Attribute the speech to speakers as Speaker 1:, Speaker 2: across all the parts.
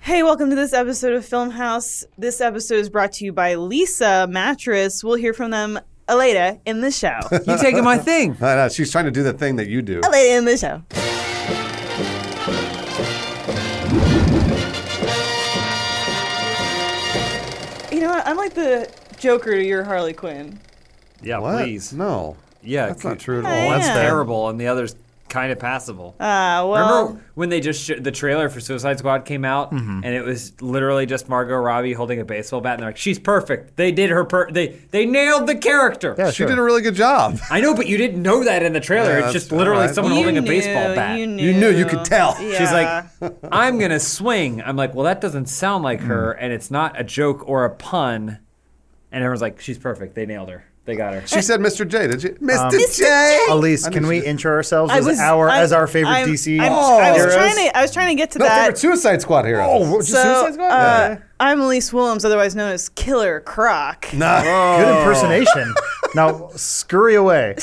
Speaker 1: Hey, welcome to this episode of Film House. This episode is brought to you by Lisa Mattress. We'll hear from them uh, later in the show.
Speaker 2: You taking my thing?
Speaker 3: I know, she's trying to do the thing that you do.
Speaker 1: Uh, later in the show. You know what? I'm like the Joker to your Harley Quinn.
Speaker 2: Yeah,
Speaker 3: What?
Speaker 2: please.
Speaker 3: No.
Speaker 2: Yeah,
Speaker 3: That's
Speaker 2: c-
Speaker 3: not true at
Speaker 1: Hey.
Speaker 3: all.
Speaker 2: One's
Speaker 1: Yeah.
Speaker 2: terrible and the other's kind of passable.
Speaker 1: Ah, well.
Speaker 2: Remember when they just sh- the trailer for Suicide Squad came out
Speaker 3: Mm-hmm.
Speaker 2: and it was literally just Margot Robbie holding a baseball bat and they're like, "She's perfect. They did her per- they they nailed the character."
Speaker 3: She did a really good job.
Speaker 2: I know, but you didn't know that in the trailer.
Speaker 3: Yeah,
Speaker 2: it's
Speaker 3: that's
Speaker 2: just literally
Speaker 3: alright.
Speaker 2: someone
Speaker 1: You
Speaker 2: holding a
Speaker 1: knew,
Speaker 2: baseball bat.
Speaker 1: You knew.
Speaker 3: You knew, you could tell. She's
Speaker 2: She's
Speaker 1: Yeah.
Speaker 2: like, "I'm gonna swing." I'm like, "Well, that doesn't sound like her,
Speaker 3: Mm.
Speaker 2: and it's not a joke or a pun." And everyone's like, "She's perfect. They nailed her. They got her."
Speaker 3: She said Mr. J, did you? Mr.
Speaker 1: Mr.
Speaker 3: J!
Speaker 4: Elise,
Speaker 3: I knew
Speaker 4: can
Speaker 3: she
Speaker 4: we
Speaker 3: did.
Speaker 4: intro ourselves
Speaker 1: I
Speaker 4: as
Speaker 1: was
Speaker 4: our
Speaker 1: I'm-
Speaker 4: as our favorite E."
Speaker 1: I'm-
Speaker 4: DC
Speaker 1: I'm- I was
Speaker 4: heroes?
Speaker 1: trying to. I was trying to get to
Speaker 3: No,
Speaker 1: that.
Speaker 3: favorite Suicide Squad hero.
Speaker 4: Oh,
Speaker 1: So, uh, I'm Elise Willems, otherwise known as Killer Croc.
Speaker 3: nah.
Speaker 4: good impersonation. now scurry away.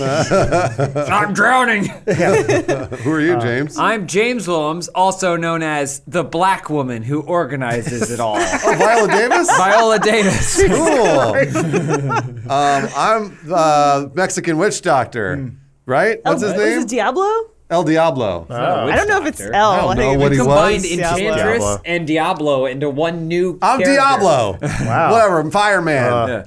Speaker 2: I'm drowning.
Speaker 3: Who are you, James?
Speaker 2: I'm James Willems, also known as the black woman who organizes it all.
Speaker 3: oh, Viola Davis?
Speaker 2: Viola Davis.
Speaker 3: cool. um, I'm the Mexican witch doctor, right? What's his
Speaker 1: Oh, What is
Speaker 3: name?
Speaker 1: it Diablo?
Speaker 3: El Diablo.
Speaker 2: I
Speaker 4: Oh,
Speaker 1: I don't know if it's L.
Speaker 3: I don't know
Speaker 1: think
Speaker 3: what
Speaker 1: it's
Speaker 3: he
Speaker 2: Combined
Speaker 3: was.
Speaker 1: Diablo.
Speaker 2: Enchantress
Speaker 4: Diablo.
Speaker 2: and Diablo into one new.
Speaker 3: I'm
Speaker 2: character.
Speaker 3: Diablo.
Speaker 4: Wow.
Speaker 3: Whatever, I'm Fireman.
Speaker 4: Uh,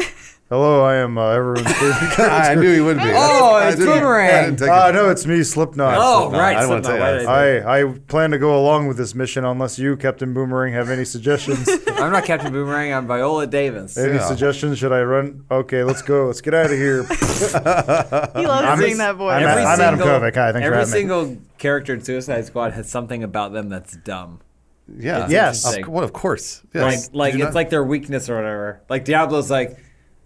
Speaker 4: Hello, I am uh, everyone's favorite character.
Speaker 3: I knew he would be.
Speaker 2: Oh,
Speaker 3: I
Speaker 2: it's
Speaker 3: didn't- I
Speaker 2: Boomerang.
Speaker 3: didn't take
Speaker 4: Ah,
Speaker 3: it.
Speaker 4: no, it's me, Slipknot.
Speaker 2: Oh,
Speaker 3: No,
Speaker 2: right.
Speaker 3: I wouldn't
Speaker 2: Slipknot,
Speaker 3: say that.
Speaker 2: why did I say
Speaker 4: I, I plan to go along with this mission unless you, Captain Boomerang, have any suggestions.
Speaker 2: that? I'm not Captain Boomerang. I'm Viola Davis.
Speaker 4: any
Speaker 3: Yeah.
Speaker 4: suggestions? Should I run? Okay, let's go. Let's get out of here.
Speaker 1: He loves
Speaker 4: I'm-
Speaker 1: doing that voice.
Speaker 4: I'm at- I'm Adam Kovac. Hi, thanks for
Speaker 2: every
Speaker 4: having me.
Speaker 2: single character in Suicide Squad has something about them that's dumb.
Speaker 3: Yeah.
Speaker 4: Yes.
Speaker 3: Of, what? Of course. Yes.
Speaker 2: Like, like
Speaker 3: Did
Speaker 2: it's
Speaker 3: you not-
Speaker 2: like their weakness or whatever. Like Diablo's like,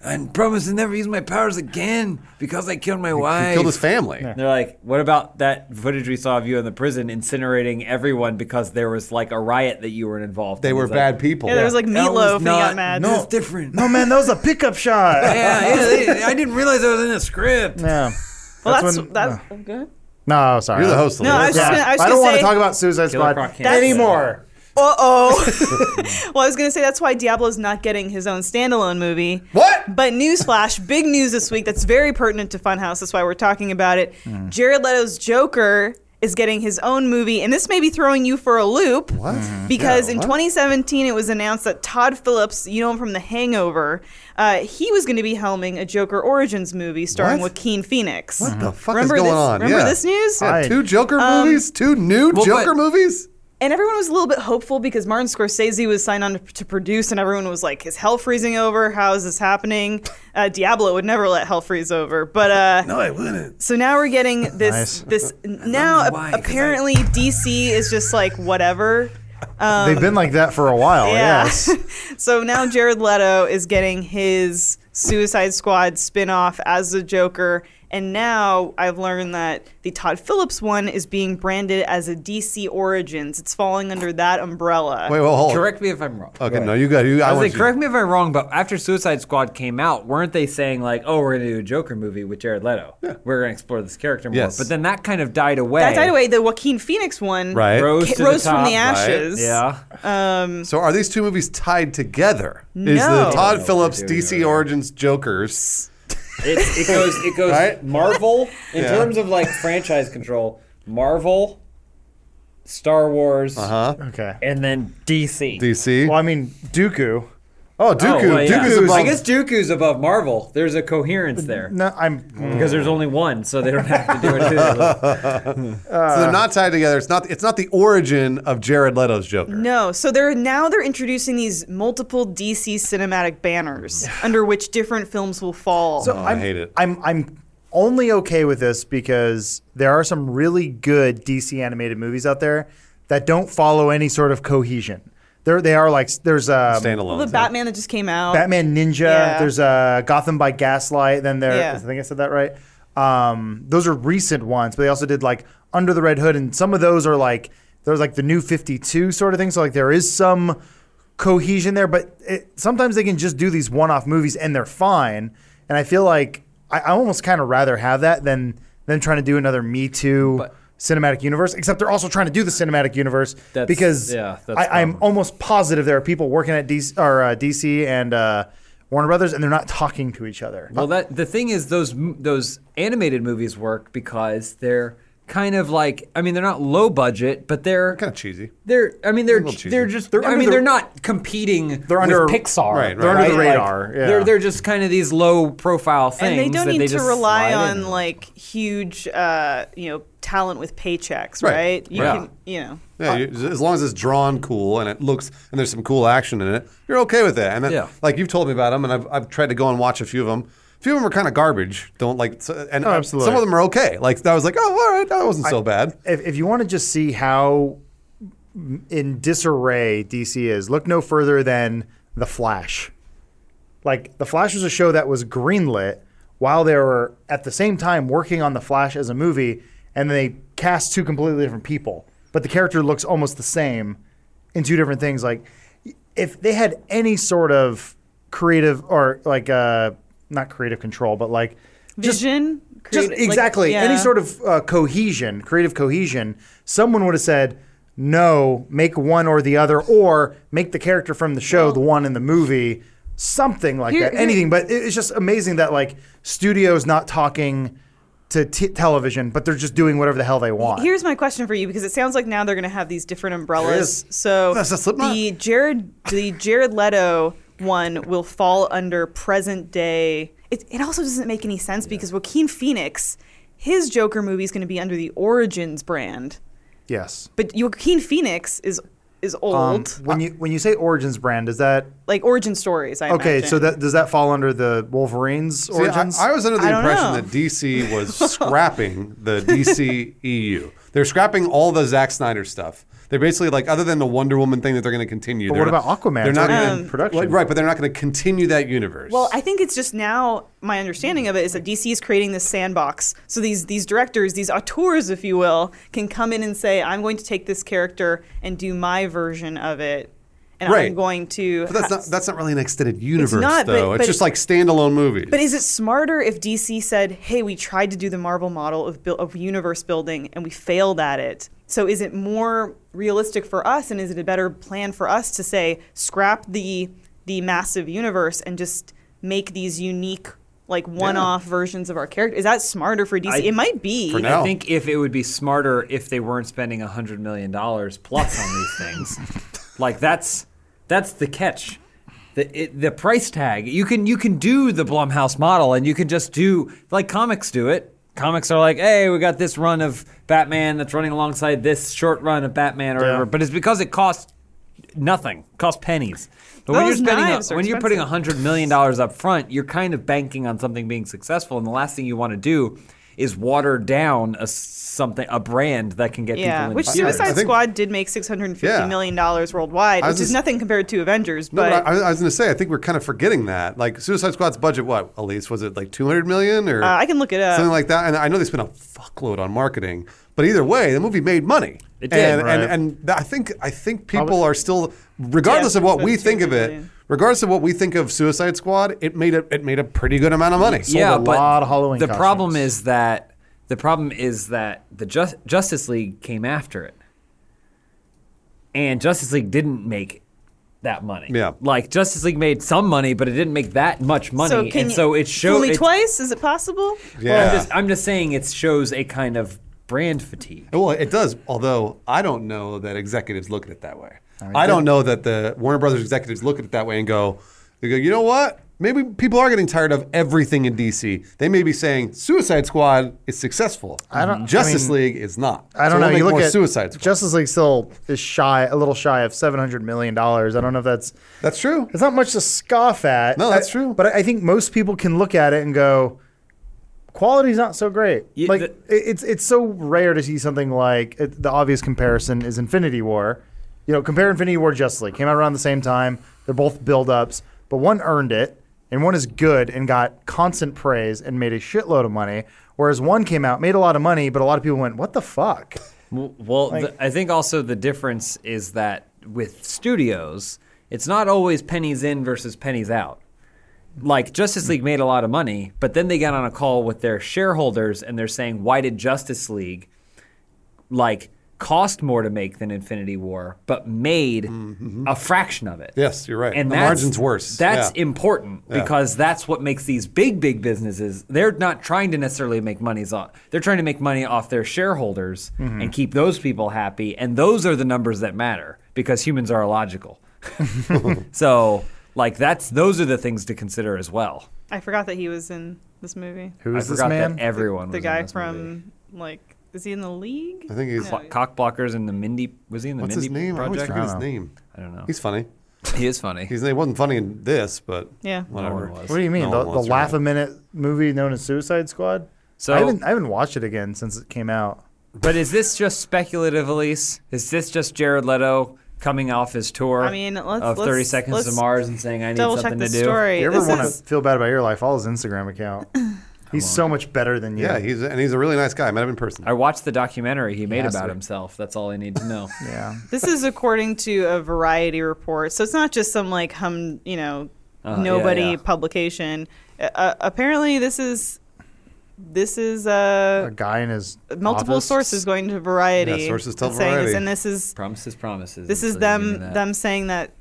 Speaker 2: I promise to never use my powers again because I killed my wife.
Speaker 3: he killed his family.
Speaker 2: And They're like, what about that footage we saw of you in the prison incinerating everyone because there was like a riot that you were involved
Speaker 3: They
Speaker 2: in?
Speaker 3: were
Speaker 2: He's
Speaker 3: bad people.
Speaker 1: yeah, there was like
Speaker 2: That
Speaker 1: meatloaf
Speaker 2: was
Speaker 1: and he got
Speaker 2: not-
Speaker 1: mad.
Speaker 2: No. It's different.
Speaker 4: No, Oh, man, that was a pickup shot.
Speaker 2: Yeah, yeah they- I didn't realize I was in the script.
Speaker 4: Yeah.
Speaker 1: Well, that's
Speaker 4: when-
Speaker 1: that's, good.
Speaker 4: No, sorry.
Speaker 3: You're the host.
Speaker 1: No,
Speaker 3: Lou.
Speaker 1: I was just
Speaker 4: Yeah.
Speaker 1: gonna, I was
Speaker 4: don't
Speaker 1: gonna
Speaker 4: want
Speaker 1: say,
Speaker 4: to talk about Suicide
Speaker 2: Killer Croc
Speaker 4: Squad
Speaker 2: can't say
Speaker 4: anymore.
Speaker 1: Uh oh. well, I was gonna say that's why Diablo's not getting his own standalone movie.
Speaker 3: What?
Speaker 1: But newsflash, big news this week that's very pertinent to Funhouse. That's why we're talking about it.
Speaker 3: Hmm.
Speaker 1: Jared Leto's Joker is getting his own movie, and this may be throwing you for a loop.
Speaker 3: What? Mhm.
Speaker 1: Because
Speaker 3: Yeah,
Speaker 1: in
Speaker 3: what?
Speaker 1: 2017, it was announced that Todd Phillips, you know him from The Hangover, uh, he was going to be helming a Joker Origins movie starring
Speaker 3: What?
Speaker 1: Joaquin Phoenix.
Speaker 3: What the fuck
Speaker 1: remember
Speaker 3: is going
Speaker 1: this,
Speaker 3: on?
Speaker 1: Remember
Speaker 3: yeah.
Speaker 1: this news?
Speaker 3: Yeah,
Speaker 4: I-
Speaker 3: two Joker movies, two new
Speaker 2: Well,
Speaker 3: Joker
Speaker 2: but-
Speaker 3: movies.
Speaker 1: and everyone was a little bit hopeful because Martin Scorsese was signed on to, to produce, and everyone was like, "Is hell freezing over? How is this happening?" Uh, Diablo would never let hell freeze over, but uh,
Speaker 3: No, I wouldn't.
Speaker 1: so now we're getting this.
Speaker 4: Nice.
Speaker 1: This now
Speaker 2: know why, 'cause I-
Speaker 1: apparently DC is just like whatever.
Speaker 4: They've been like that for a while.
Speaker 1: Yeah.
Speaker 4: Yes.
Speaker 1: So now Jared Leto is getting his Suicide Squad spin-off as the Joker. And now I've learned that the Todd Phillips one is being branded as a DC Origins. It's falling under that umbrella.
Speaker 3: Wait, well, hold. on.
Speaker 2: Correct me if I'm wrong.
Speaker 3: Okay, no, you got you. I,
Speaker 2: I was
Speaker 3: want
Speaker 2: like,
Speaker 3: you-
Speaker 2: correct me if I'm wrong, but after Suicide Squad came out, weren't they saying like, "Oh, we're gonna do a Joker movie with Jared Leto. We're gonna explore this character more."
Speaker 3: Yes.
Speaker 2: But then that kind of died away.
Speaker 1: That died away. The Joaquin Phoenix one
Speaker 3: Right.
Speaker 2: Rose,
Speaker 1: ca-
Speaker 2: to
Speaker 1: rose
Speaker 2: the
Speaker 1: from
Speaker 2: top,
Speaker 1: the ashes.
Speaker 2: Yeah.
Speaker 3: So, are these two movies tied together? Is
Speaker 1: No.
Speaker 3: the
Speaker 1: I
Speaker 2: don't
Speaker 3: Todd
Speaker 2: know
Speaker 3: Phillips
Speaker 2: what they're doing
Speaker 3: DC
Speaker 2: over there.
Speaker 3: Origins Jokers?
Speaker 2: It, it goes. It goes.
Speaker 3: Right?
Speaker 2: Marvel in
Speaker 3: Yeah.
Speaker 2: terms of like franchise control. Marvel, Star Wars,
Speaker 3: Huh?
Speaker 4: okay.
Speaker 2: and then DC.
Speaker 3: DC.
Speaker 4: Well, I mean, Dooku.
Speaker 3: Oh, Dooku.
Speaker 2: Oh, well, yeah.
Speaker 3: Dooku's above.
Speaker 2: I guess Dooku's above Marvel. There's a coherence there
Speaker 4: No, I'm.
Speaker 3: Mm.
Speaker 2: because there's only one, so they don't have to do it. together.
Speaker 3: so they're not tied together. It's not. It's not the origin of Jared Leto's Joker.
Speaker 1: No, so they're now they're introducing these multiple DC cinematic banners under which different films will fall.
Speaker 4: So
Speaker 3: Oh, I
Speaker 4: I'm,
Speaker 3: hate it.
Speaker 4: I'm I'm only okay with this because there are some really good DC animated movies out there that don't follow any sort of cohesion. They're, they are like there's um,
Speaker 3: Standalone.
Speaker 1: the Batman that just came out.
Speaker 4: Batman Ninja.
Speaker 1: Yeah.
Speaker 4: There's uh, Gotham by Gaslight. Then there,
Speaker 1: Yeah.
Speaker 4: I think I said that right. Um, those are recent ones, but they also did like Under the Red Hood, and some of those are like there's like the New Fifty Two sort of thing. So like there is some cohesion there, but it, sometimes they can just do these one-off movies and they're fine. And I feel like I, I almost kind of rather have that than them trying to do another Me Too
Speaker 2: But-
Speaker 4: cinematic universe. Except they're also trying to do the cinematic universe
Speaker 2: That's-
Speaker 4: because
Speaker 2: yeah, that's
Speaker 4: I, I'm
Speaker 2: common.
Speaker 4: almost positive there are people working at DC or uh, DC and uh, Warner Brothers, and they're not talking to each other.
Speaker 2: Well, that the thing is, those m- those animated movies work because they're kind of like I mean, they're not low budget, but they're
Speaker 3: Kinda cheesy.
Speaker 2: They're I mean, they're
Speaker 3: little cheesy.
Speaker 2: they're just
Speaker 4: They're
Speaker 2: I
Speaker 4: under
Speaker 2: mean,
Speaker 4: the-
Speaker 2: they're not competing.
Speaker 4: They're under-
Speaker 2: with Pixar.
Speaker 3: Right, right.
Speaker 4: they're under the
Speaker 2: Like,
Speaker 4: radar. yeah.
Speaker 2: They're they're just kind of these low profile things.
Speaker 1: and they don't
Speaker 2: that
Speaker 1: need to
Speaker 2: just
Speaker 1: rely
Speaker 2: slide in.
Speaker 1: on like huge, uh, you know, talent with paychecks,
Speaker 3: Right,
Speaker 1: right? You
Speaker 2: right.
Speaker 1: can, you know.
Speaker 3: Yeah, you, as long as it's drawn cool and it looks and there's some cool action in it, you're okay with that. And then,
Speaker 2: Yeah.
Speaker 3: like you've told me about them, and I've, I've tried to go and watch a few of them. A few of them are kind of garbage. Don't like, so- and
Speaker 4: Oh,
Speaker 3: uh,
Speaker 4: absolutely.
Speaker 3: some of them are okay. Like I was like, oh, all right, that wasn't so bad.
Speaker 4: if, if you want to just see how in disarray DC is, look no further than The Flash. Like The Flash was a show that was greenlit while they were at the same time working on The Flash as a movie, and they cast two completely different people, but the character looks almost the same in two different things. Like if they had any sort of creative or like uh, not creative control, but like just
Speaker 1: Vision?
Speaker 4: just
Speaker 1: creative- like,
Speaker 4: exactly any
Speaker 1: yeah.
Speaker 4: sort of uh, cohesion, creative cohesion. Someone would have said, "No, make one or the other, or make the character from the show the one in the movie." Something like
Speaker 1: Here-
Speaker 4: that.
Speaker 1: here-
Speaker 4: Anything, but it- it's just amazing that like studios not talking to t- television, but they're just doing whatever the hell they want.
Speaker 1: Here's my question for you because it sounds like now they're going to have these different umbrellas.
Speaker 3: There is.
Speaker 1: So
Speaker 3: That's a Slipknot.
Speaker 1: the Jared the Jared Leto one will fall under present day. It, it also doesn't make any sense because Joaquin Phoenix, his Joker movie is going to be under the Origins brand,
Speaker 4: yes.
Speaker 1: but Joaquin Phoenix is is
Speaker 4: Um,
Speaker 1: old,
Speaker 4: when you when you say origins brand, is that
Speaker 1: like Origin stories. I
Speaker 4: okay?
Speaker 1: imagine.
Speaker 4: So that does that fall under the Wolverines
Speaker 3: See, I-
Speaker 4: origins?
Speaker 3: I, was under the
Speaker 1: I don't
Speaker 3: impression
Speaker 1: know.
Speaker 3: that DC was scrapping the DC EU. They're scrapping all the Zack Snyder stuff. They're basically like, other than the Wonder Woman thing that they're going to continue.
Speaker 4: But
Speaker 3: they're
Speaker 4: what
Speaker 3: not-
Speaker 4: about Aquaman?
Speaker 3: They're
Speaker 4: It's
Speaker 3: not
Speaker 4: already
Speaker 3: even
Speaker 4: in production.
Speaker 3: Like, right? But they're not going to continue that universe.
Speaker 1: Well, I think it's just now my understanding of it is that DC is creating this sandbox. So these these directors, these auteurs, if you will, can come in and say, "I'm going to take this character and do my version of it, and
Speaker 3: Right.
Speaker 1: I'm going to."
Speaker 3: But that's
Speaker 1: ha-
Speaker 3: not that's not really an extended universe
Speaker 1: not, but-
Speaker 3: though.
Speaker 1: but-
Speaker 3: it's just like standalone movies.
Speaker 1: But is it smarter if DC said, "Hey, we tried to do the Marvel model of buil- of universe building and we failed at it"? So is it more realistic for us, and is it a better plan for us to say, "Scrap the the massive universe and just make these unique, like one-off versions of our character"? Is that smarter for DC?
Speaker 2: I-
Speaker 1: it might be.
Speaker 3: For now.
Speaker 2: I think if it would be smarter if they weren't spending hundred million dollars plus on these things, like that's that's the catch. The, it, the price tag you can you can do the Blumhouse model and you can just do like comics do it. Comics are like, hey, we got this run of Batman that's running alongside this short run of Batman or
Speaker 4: Yeah.
Speaker 2: whatever. But it's because it costs nothing, costs pennies. But when you're
Speaker 1: Those
Speaker 2: spending a,
Speaker 1: knives are
Speaker 2: when you're putting
Speaker 1: expensive.
Speaker 2: $100 million up front, you're kind of banking on something being successful. And the last thing you want to do is water down a s- something, a brand that can get
Speaker 1: Yeah,
Speaker 2: people
Speaker 1: which
Speaker 2: in theaters.
Speaker 1: Suicide
Speaker 3: I think-
Speaker 1: Squad did make six hundred and fifty
Speaker 3: Yeah.
Speaker 1: million dollars worldwide,
Speaker 3: I
Speaker 1: which
Speaker 3: was
Speaker 1: is
Speaker 3: just-
Speaker 1: nothing compared to Avengers.
Speaker 3: No,
Speaker 1: But,
Speaker 3: but I, I was going to say, I think we're kind of forgetting that. Like Suicide Squad's budget, what Elise was it like two hundred million or
Speaker 1: Uh, I can look it up.
Speaker 3: something like that? And I know they spent a fuckload on marketing, but either way, the movie made money.
Speaker 2: It did,
Speaker 3: and,
Speaker 4: right.
Speaker 3: and, and th- I think I think people are still, regardless
Speaker 1: Yeah,
Speaker 3: of what
Speaker 1: but
Speaker 3: we
Speaker 1: it's
Speaker 3: think of it,
Speaker 1: 200
Speaker 3: regardless of what we think of Suicide Squad, it made a it made a pretty good amount of money.
Speaker 4: sold a lot of Halloween
Speaker 2: The
Speaker 4: costumes.
Speaker 2: problem is that the problem is that the Jus- Justice League came after it, and Justice League didn't make that money.
Speaker 3: Yeah.
Speaker 2: like Justice League made some money, but it didn't make that much money,
Speaker 1: so can
Speaker 2: and
Speaker 1: you-
Speaker 2: so it showed.
Speaker 1: only
Speaker 2: it-
Speaker 1: twice. Is it possible?
Speaker 3: yeah.
Speaker 2: Well, I'm, just, I'm just saying it shows a kind of brand fatigue.
Speaker 3: Well, it does. Although I don't know that executives look at it that way. I, don't know that the Warner Brothers executives look at it that way and go, they go, you know what? Maybe people are getting tired of everything in DC. They may be saying Suicide Squad is successful. I
Speaker 4: don't- I
Speaker 3: Justice
Speaker 4: mean,
Speaker 3: League is not.
Speaker 4: I don't
Speaker 3: So
Speaker 4: know.
Speaker 3: we'll make
Speaker 4: you look
Speaker 3: more
Speaker 4: at
Speaker 3: Suicide Squad.
Speaker 4: Justice League still is shy, a little shy of seven hundred million dollars. I don't know if that's
Speaker 3: That's true.
Speaker 4: it's not much to scoff at.
Speaker 3: No, that's
Speaker 4: I-
Speaker 3: true.
Speaker 4: But I think most people can look at it and go, quality's not so great.
Speaker 2: Yeah,
Speaker 4: like
Speaker 2: the-
Speaker 4: it it's it's so rare to see something like it, the obvious comparison is Infinity War. You know, compare Infinity War to Justice League came out around the same time. They're both build ups, but one earned it and one is good and got constant praise and made a shitload of money. Whereas one came out, made a lot of money, but a lot of people went, "What the fuck?"
Speaker 2: W- Well, the, I think also the difference is that with studios, it's not always pennies in versus pennies out. Like Justice League made a lot of money, but then they got on a call with their shareholders and they're saying, "Why did Justice League like cost more to make than Infinity War, but made a fraction of it.
Speaker 3: Yes, you're right.
Speaker 2: And
Speaker 3: The
Speaker 2: that's-
Speaker 3: margin's worse.
Speaker 2: That's
Speaker 3: Yeah.
Speaker 2: important because that's what makes these big, big businesses. They're not trying to necessarily make money's off. They're trying to make money off their shareholders
Speaker 3: Mm-hmm.
Speaker 2: and keep those people happy. And those are the numbers that matter because humans are illogical. so, like, that's those are the things to consider as well.
Speaker 1: I forgot that he was in this movie.
Speaker 4: Who is
Speaker 2: I
Speaker 4: this
Speaker 2: forgot
Speaker 4: man?
Speaker 2: that everyone
Speaker 1: the
Speaker 2: was in
Speaker 1: guy
Speaker 2: this
Speaker 1: from
Speaker 2: movie.
Speaker 1: like is he in the league?
Speaker 3: I think he's.
Speaker 1: No.
Speaker 2: Cock Blockers and the Mindy. Was he in the
Speaker 3: What's
Speaker 2: Mindy
Speaker 3: his name? I always
Speaker 2: project?
Speaker 3: forget his
Speaker 4: know.
Speaker 3: name.
Speaker 2: I don't know.
Speaker 3: He's funny.
Speaker 2: he is funny.
Speaker 3: He's, he wasn't funny in this, but
Speaker 1: Yeah. No
Speaker 2: No one
Speaker 3: whatever.
Speaker 2: was.
Speaker 4: what do you mean?
Speaker 3: No one
Speaker 4: the the
Speaker 3: wants to
Speaker 4: laugh
Speaker 3: know.
Speaker 4: a minute movie known as Suicide Squad?
Speaker 2: So-
Speaker 4: I haven't I haven't watched it again since it came out.
Speaker 2: But is this just speculative, Elise? Is this just Jared Leto coming off his tour
Speaker 1: I mean, let's-
Speaker 2: of 30
Speaker 1: let's-
Speaker 2: Seconds
Speaker 1: let's
Speaker 2: to Mars and saying, I need
Speaker 1: Double check
Speaker 2: something
Speaker 1: the
Speaker 2: to do?
Speaker 1: story.
Speaker 4: You ever
Speaker 1: This
Speaker 4: want to
Speaker 1: is-
Speaker 4: feel bad about your life? Follow his Instagram account. He's so much better than you.
Speaker 3: Yeah, he's and he's a really nice guy. I met him in person.
Speaker 2: I watched the documentary he made
Speaker 4: has
Speaker 2: about
Speaker 4: to.
Speaker 2: himself. That's all I need to know.
Speaker 4: yeah.
Speaker 1: This is according to a Variety report, so it's not just some like hum, you know,
Speaker 2: Uh, yeah,
Speaker 1: nobody
Speaker 2: yeah.
Speaker 1: publication. Uh, Uh, apparently, this is this is uh,
Speaker 4: A guy in his
Speaker 1: multiple
Speaker 4: office.
Speaker 1: sources going to Variety.
Speaker 3: Yeah, sources tell
Speaker 1: and saying this,
Speaker 3: Variety.
Speaker 1: and this is
Speaker 2: promises, promises.
Speaker 1: this
Speaker 2: and
Speaker 1: is
Speaker 2: so you
Speaker 1: them
Speaker 2: give me that.
Speaker 1: them saying that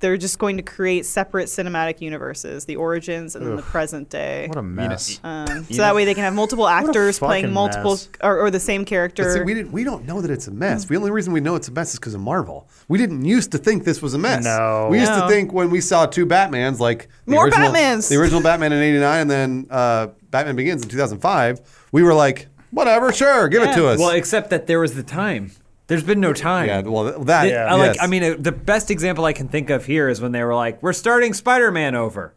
Speaker 1: they're just going to create separate cinematic universes, the origins and then the present day.
Speaker 4: What a mess.
Speaker 1: um, so
Speaker 2: you
Speaker 1: that
Speaker 2: know-
Speaker 1: way they can have multiple actors playing
Speaker 4: fucking
Speaker 1: multiple
Speaker 4: mess.
Speaker 1: or, or the same character.
Speaker 3: But see, we didn't. We don't know that it's a mess.
Speaker 1: Hmm.
Speaker 3: The only reason we know it's a mess is because of Marvel. We didn't used to think this was a mess.
Speaker 4: No.
Speaker 3: we used to
Speaker 1: No.
Speaker 3: think when we saw two Batmans, like the
Speaker 1: More
Speaker 3: original,
Speaker 1: Batmans!
Speaker 3: the original Batman in '89, and then uh, Batman Begins in 2005. We were like, whatever, sure, give it to
Speaker 1: Yeah.
Speaker 3: us.
Speaker 2: Well, except that there was the time. There's been no time.
Speaker 3: yeah, well, that.
Speaker 2: It- I like.
Speaker 3: yes.
Speaker 2: I mean, uh, the best example I can think of here is when they were like, "We're starting Spider-Man over,"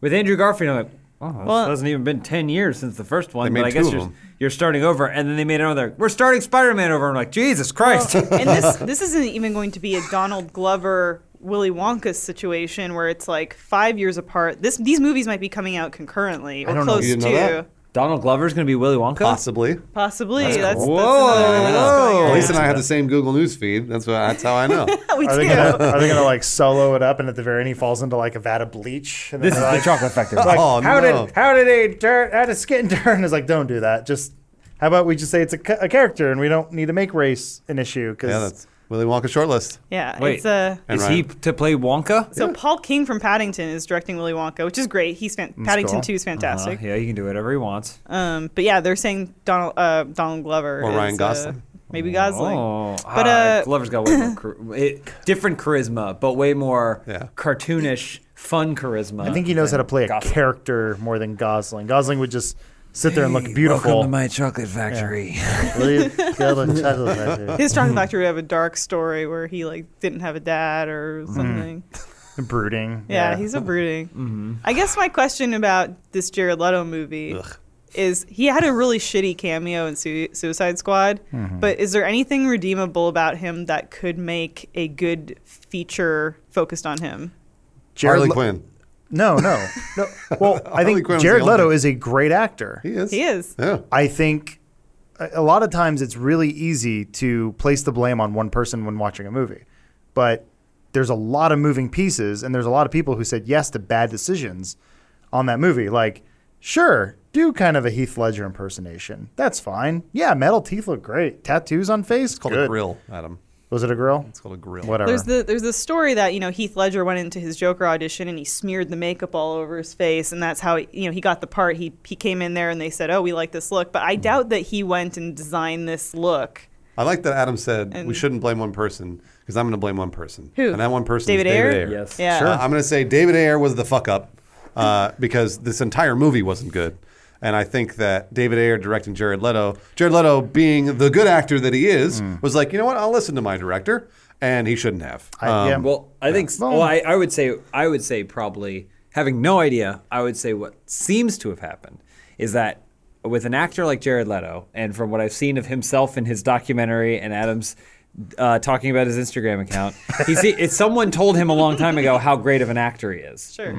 Speaker 2: with Andrew Garfield. I'm like, "Oh, this
Speaker 1: Well-
Speaker 2: hasn't even been ten years since the first one."
Speaker 3: made
Speaker 2: but I
Speaker 3: two
Speaker 2: guess
Speaker 3: of
Speaker 2: you're,
Speaker 3: them.
Speaker 2: you're starting over, and then they made another. We're starting Spider-Man over. and I'm like, Jesus Christ!
Speaker 3: Oh.
Speaker 1: and this this isn't even going to be a Donald Glover Willy Wonka situation where it's like five years apart. This these movies might be coming out concurrently or
Speaker 4: don't know.
Speaker 1: close
Speaker 3: You didn't
Speaker 1: to
Speaker 3: know that?
Speaker 2: Donald Glover's gonna be Willy Wonka.
Speaker 3: possibly.
Speaker 1: possibly. That's, that's,
Speaker 2: cool.
Speaker 1: another thing that's
Speaker 2: Whoa.
Speaker 1: going
Speaker 2: Yeah.
Speaker 1: on.
Speaker 3: At least and I have the same Google News feed. That's what, that's how I know.
Speaker 1: we
Speaker 4: Are
Speaker 1: do.
Speaker 4: they, gonna, are they gonna like solo it up and at the very end he falls into like a vat of bleach? And then
Speaker 2: This is
Speaker 4: they're
Speaker 2: the
Speaker 4: like,
Speaker 2: chocolate factory.
Speaker 4: like,
Speaker 3: Oh,
Speaker 4: how
Speaker 3: no.
Speaker 4: did how did he turn? How did skin turn? Is like don't do that. Just how about we just say it's a, ca- a character and we don't need to make race an issue because
Speaker 3: yeah, that's Willy Wonka shortlist.
Speaker 1: yeah,
Speaker 2: Wait,
Speaker 1: it's a.
Speaker 3: And
Speaker 2: is he
Speaker 3: Ryan.
Speaker 2: to play Wonka? Uh,
Speaker 1: So Paul King from Paddington is directing Willy Wonka, which is great. He's fan- Paddington
Speaker 4: cool.
Speaker 1: Two is
Speaker 2: Uh,
Speaker 1: fantastic.
Speaker 2: yeah, he can do whatever he wants.
Speaker 1: Um, but yeah, they're saying Donald uh, Donald Glover
Speaker 3: Or
Speaker 1: is,
Speaker 3: Ryan
Speaker 1: uh,
Speaker 3: Gosling.
Speaker 1: maybe Gosling.
Speaker 2: Oh,
Speaker 1: But,
Speaker 2: ah,
Speaker 1: uh,
Speaker 2: Glover's got way more char- it, different charisma, but way more
Speaker 3: Yeah.
Speaker 2: cartoonish, fun charisma.
Speaker 4: I think he knows how to play a
Speaker 2: Uh, Gosling.
Speaker 4: character more than Gosling. Gosling would just sit there and look beautiful.
Speaker 2: my chocolate factory.
Speaker 4: Really good and chuckle at it.
Speaker 1: His Strong Factory would have a dark story where he like didn't have a dad or something.
Speaker 4: Brooding.
Speaker 1: Yeah, he's a brooding. I guess my question about this Jared Leto movie
Speaker 3: Ugh.
Speaker 1: is he had a really shitty cameo in Su- Suicide Squad, but is there anything redeemable about him that could make a good feature focused on him?
Speaker 4: Jared
Speaker 3: Harley
Speaker 4: Le-
Speaker 3: Quinn.
Speaker 4: No, no, no. Well, I think
Speaker 3: Quinn was the
Speaker 4: Jared
Speaker 3: only
Speaker 4: Leto
Speaker 3: one.
Speaker 4: is a great actor.
Speaker 3: He is.
Speaker 1: He is.
Speaker 3: Yeah.
Speaker 4: I think a a lot of times it's really easy to place the blame on one person when watching a movie, but there's a lot of moving pieces and there's a lot of people who said yes to bad decisions on that movie. Like, sure, do kind of a Heath Ledger impersonation. That's fine. Yeah, metal teeth look great. Tattoos on face.
Speaker 3: Called a
Speaker 4: good.
Speaker 3: grill, Adam.
Speaker 4: Was it a grill?
Speaker 3: It's called a grill.
Speaker 4: Whatever.
Speaker 1: There's the there's this story that you know Heath Ledger went into his Joker audition and he smeared the makeup all over his face and that's how you know he got the part. He he came in there and they said, "Oh, we like this look," but
Speaker 2: Mm.
Speaker 1: I doubt that he went and designed this look.
Speaker 3: I like that Adam said we
Speaker 1: And-
Speaker 3: shouldn't blame one person because I'm going to blame one person.
Speaker 1: Who?
Speaker 3: And that one person
Speaker 1: David
Speaker 3: is David
Speaker 1: Ayer?
Speaker 3: Ayer.
Speaker 2: Yes.
Speaker 1: Yeah. Sure.
Speaker 3: Uh, I'm going to say David Ayer was the fuck up uh, because this entire movie wasn't good. And I think that David Ayer directing Jared Leto, Jared Leto being the good actor that he is,
Speaker 4: Mm.
Speaker 3: was like, you know what? I'll listen to my director. And he shouldn't have.
Speaker 4: I- yeah.
Speaker 2: Well, I think.
Speaker 4: Well-
Speaker 2: Well, I, I would say I would say probably having no idea. I would say what seems to have happened is that with an actor like Jared Leto, and from what I've seen of himself in his documentary and Adams. Uh, talking about his Instagram account, he see, it's someone told him a long time ago how great of an actor he is.
Speaker 1: Sure.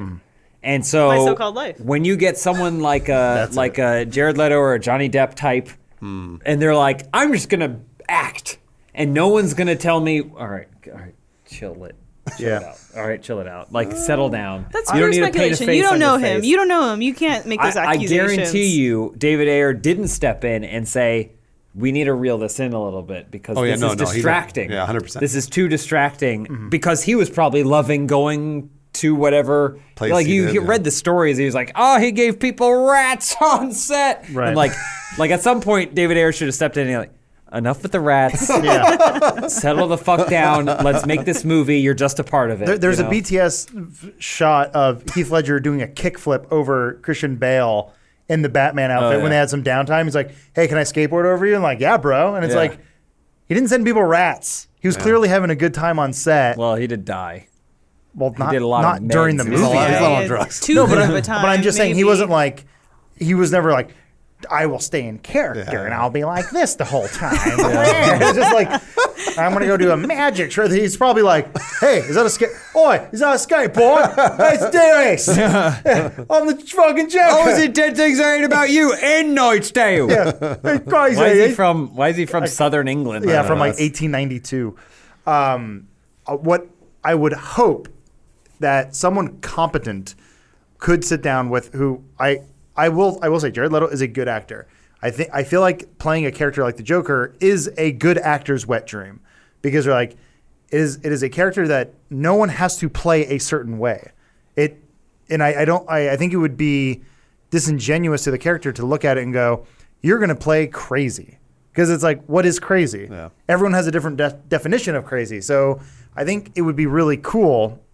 Speaker 2: And so,
Speaker 1: My So-Called Life.
Speaker 2: when you get someone like a like a Jared Leto or a Johnny Depp type, and they're like, "I'm just gonna act," and no one's gonna tell me, "All right, all right, chill it." Chill it
Speaker 4: Yeah.
Speaker 2: out. All right, chill it out. Like, settle down.
Speaker 1: That's
Speaker 2: you
Speaker 1: pure
Speaker 2: don't need to paint a
Speaker 1: speculation. You
Speaker 2: face
Speaker 1: don't
Speaker 2: on
Speaker 1: know
Speaker 2: your
Speaker 1: him.
Speaker 2: face.
Speaker 1: You don't know him. You can't make those
Speaker 2: I, I
Speaker 1: accusations.
Speaker 2: guarantee you, David Ayer didn't step in and say, we need to reel this in a little bit because
Speaker 3: Oh, yeah,
Speaker 2: this
Speaker 3: no,
Speaker 2: is
Speaker 3: no, he-
Speaker 2: distracting.
Speaker 3: yeah, 100%.
Speaker 2: This is too distracting
Speaker 4: Mm-hmm.
Speaker 2: because he was probably loving going to whatever
Speaker 3: Place
Speaker 2: like
Speaker 3: he
Speaker 2: you
Speaker 3: did,
Speaker 2: he
Speaker 3: yeah.
Speaker 2: read the stories. He was like, oh, he gave people rats on set.
Speaker 4: Right.
Speaker 2: And like, like at some point, David Ayer should have stepped in and like. Enough with the rats.
Speaker 4: Yeah.
Speaker 2: Settle the fuck down. Let's make this movie. You're just a part of it.
Speaker 4: There, there's
Speaker 2: you
Speaker 4: a
Speaker 2: know?
Speaker 4: BTS f- shot of Heath Ledger doing a kickflip over Christian Bale in the Batman outfit
Speaker 2: Oh, yeah.
Speaker 4: when they had some downtime. He's like, "Hey, can I skateboard over you?" And like, "Yeah, bro." And it's
Speaker 2: Yeah.
Speaker 4: like, he didn't send people rats. He was clearly having a good time on set. Well,
Speaker 2: Well, he did die.
Speaker 4: not,
Speaker 2: did a lot of
Speaker 4: not during the
Speaker 2: meds. He was
Speaker 4: movie.
Speaker 3: a lot- he's a lot on
Speaker 1: Yeah,
Speaker 3: drugs.
Speaker 1: Too
Speaker 4: no,
Speaker 1: good
Speaker 4: but,
Speaker 1: of
Speaker 4: I'm,
Speaker 1: a time.
Speaker 4: but I'm just saying he
Speaker 1: maybe.
Speaker 4: wasn't like he was never like I will stay in character
Speaker 3: Yeah.
Speaker 4: and I'll be like this the whole time. it's just like I'm gonna go do a magic trick. He's probably like, hey, is that a skate? Oi, is that a skateboard? It's Darius. I'm the fucking joke.
Speaker 2: Oh, is it dead things I hate about you and Knight's Tale?
Speaker 4: It's crazy.
Speaker 2: Why is he from? Why is he from Southern England? I
Speaker 4: yeah,
Speaker 2: don't
Speaker 4: from
Speaker 2: know.
Speaker 4: like
Speaker 2: That's-
Speaker 4: 1892. Um, uh, what I would hope that someone competent could sit down with who I I will I will say Jared Leto is a good actor. I think I feel like playing a character like the Joker is a good actor's wet dream because they're like it is it is a character that no one has to play a certain way. It and I, I don't I, I think it would be disingenuous to the character to look at it and go, You're gonna play crazy. Because it's like, what is crazy?
Speaker 3: Yeah.
Speaker 4: Everyone has a different de- definition of crazy. So I think it would be really cool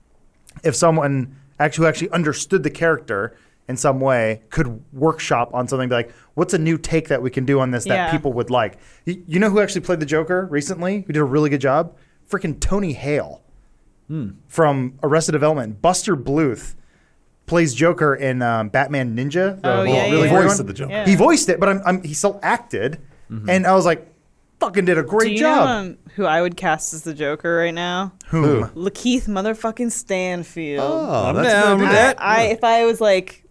Speaker 4: if someone actually who actually understood the character in some way could workshop on something be like what's a new take that we can do on this that
Speaker 1: Yeah.
Speaker 4: people would like Y- you know who actually played the joker recently who did a really good job freaking tony hale from arrested development buster bluth plays joker in um, batman ninja the
Speaker 1: Oh, yeah,
Speaker 4: really
Speaker 1: yeah,
Speaker 4: great
Speaker 1: yeah.
Speaker 3: voice
Speaker 4: one.
Speaker 3: of the Joker.
Speaker 1: Yeah.
Speaker 4: he voiced it but I'm, I'm, he still acted and i was like fucking did a
Speaker 1: Do
Speaker 4: great
Speaker 1: you
Speaker 4: job
Speaker 1: know um, who I would cast as the Joker right now?
Speaker 4: Whom?
Speaker 1: Lakeith motherfucking Stanfield.
Speaker 3: Oh,
Speaker 2: I'm
Speaker 3: that's
Speaker 2: down with
Speaker 3: good.
Speaker 2: that.
Speaker 1: Um, I if I was like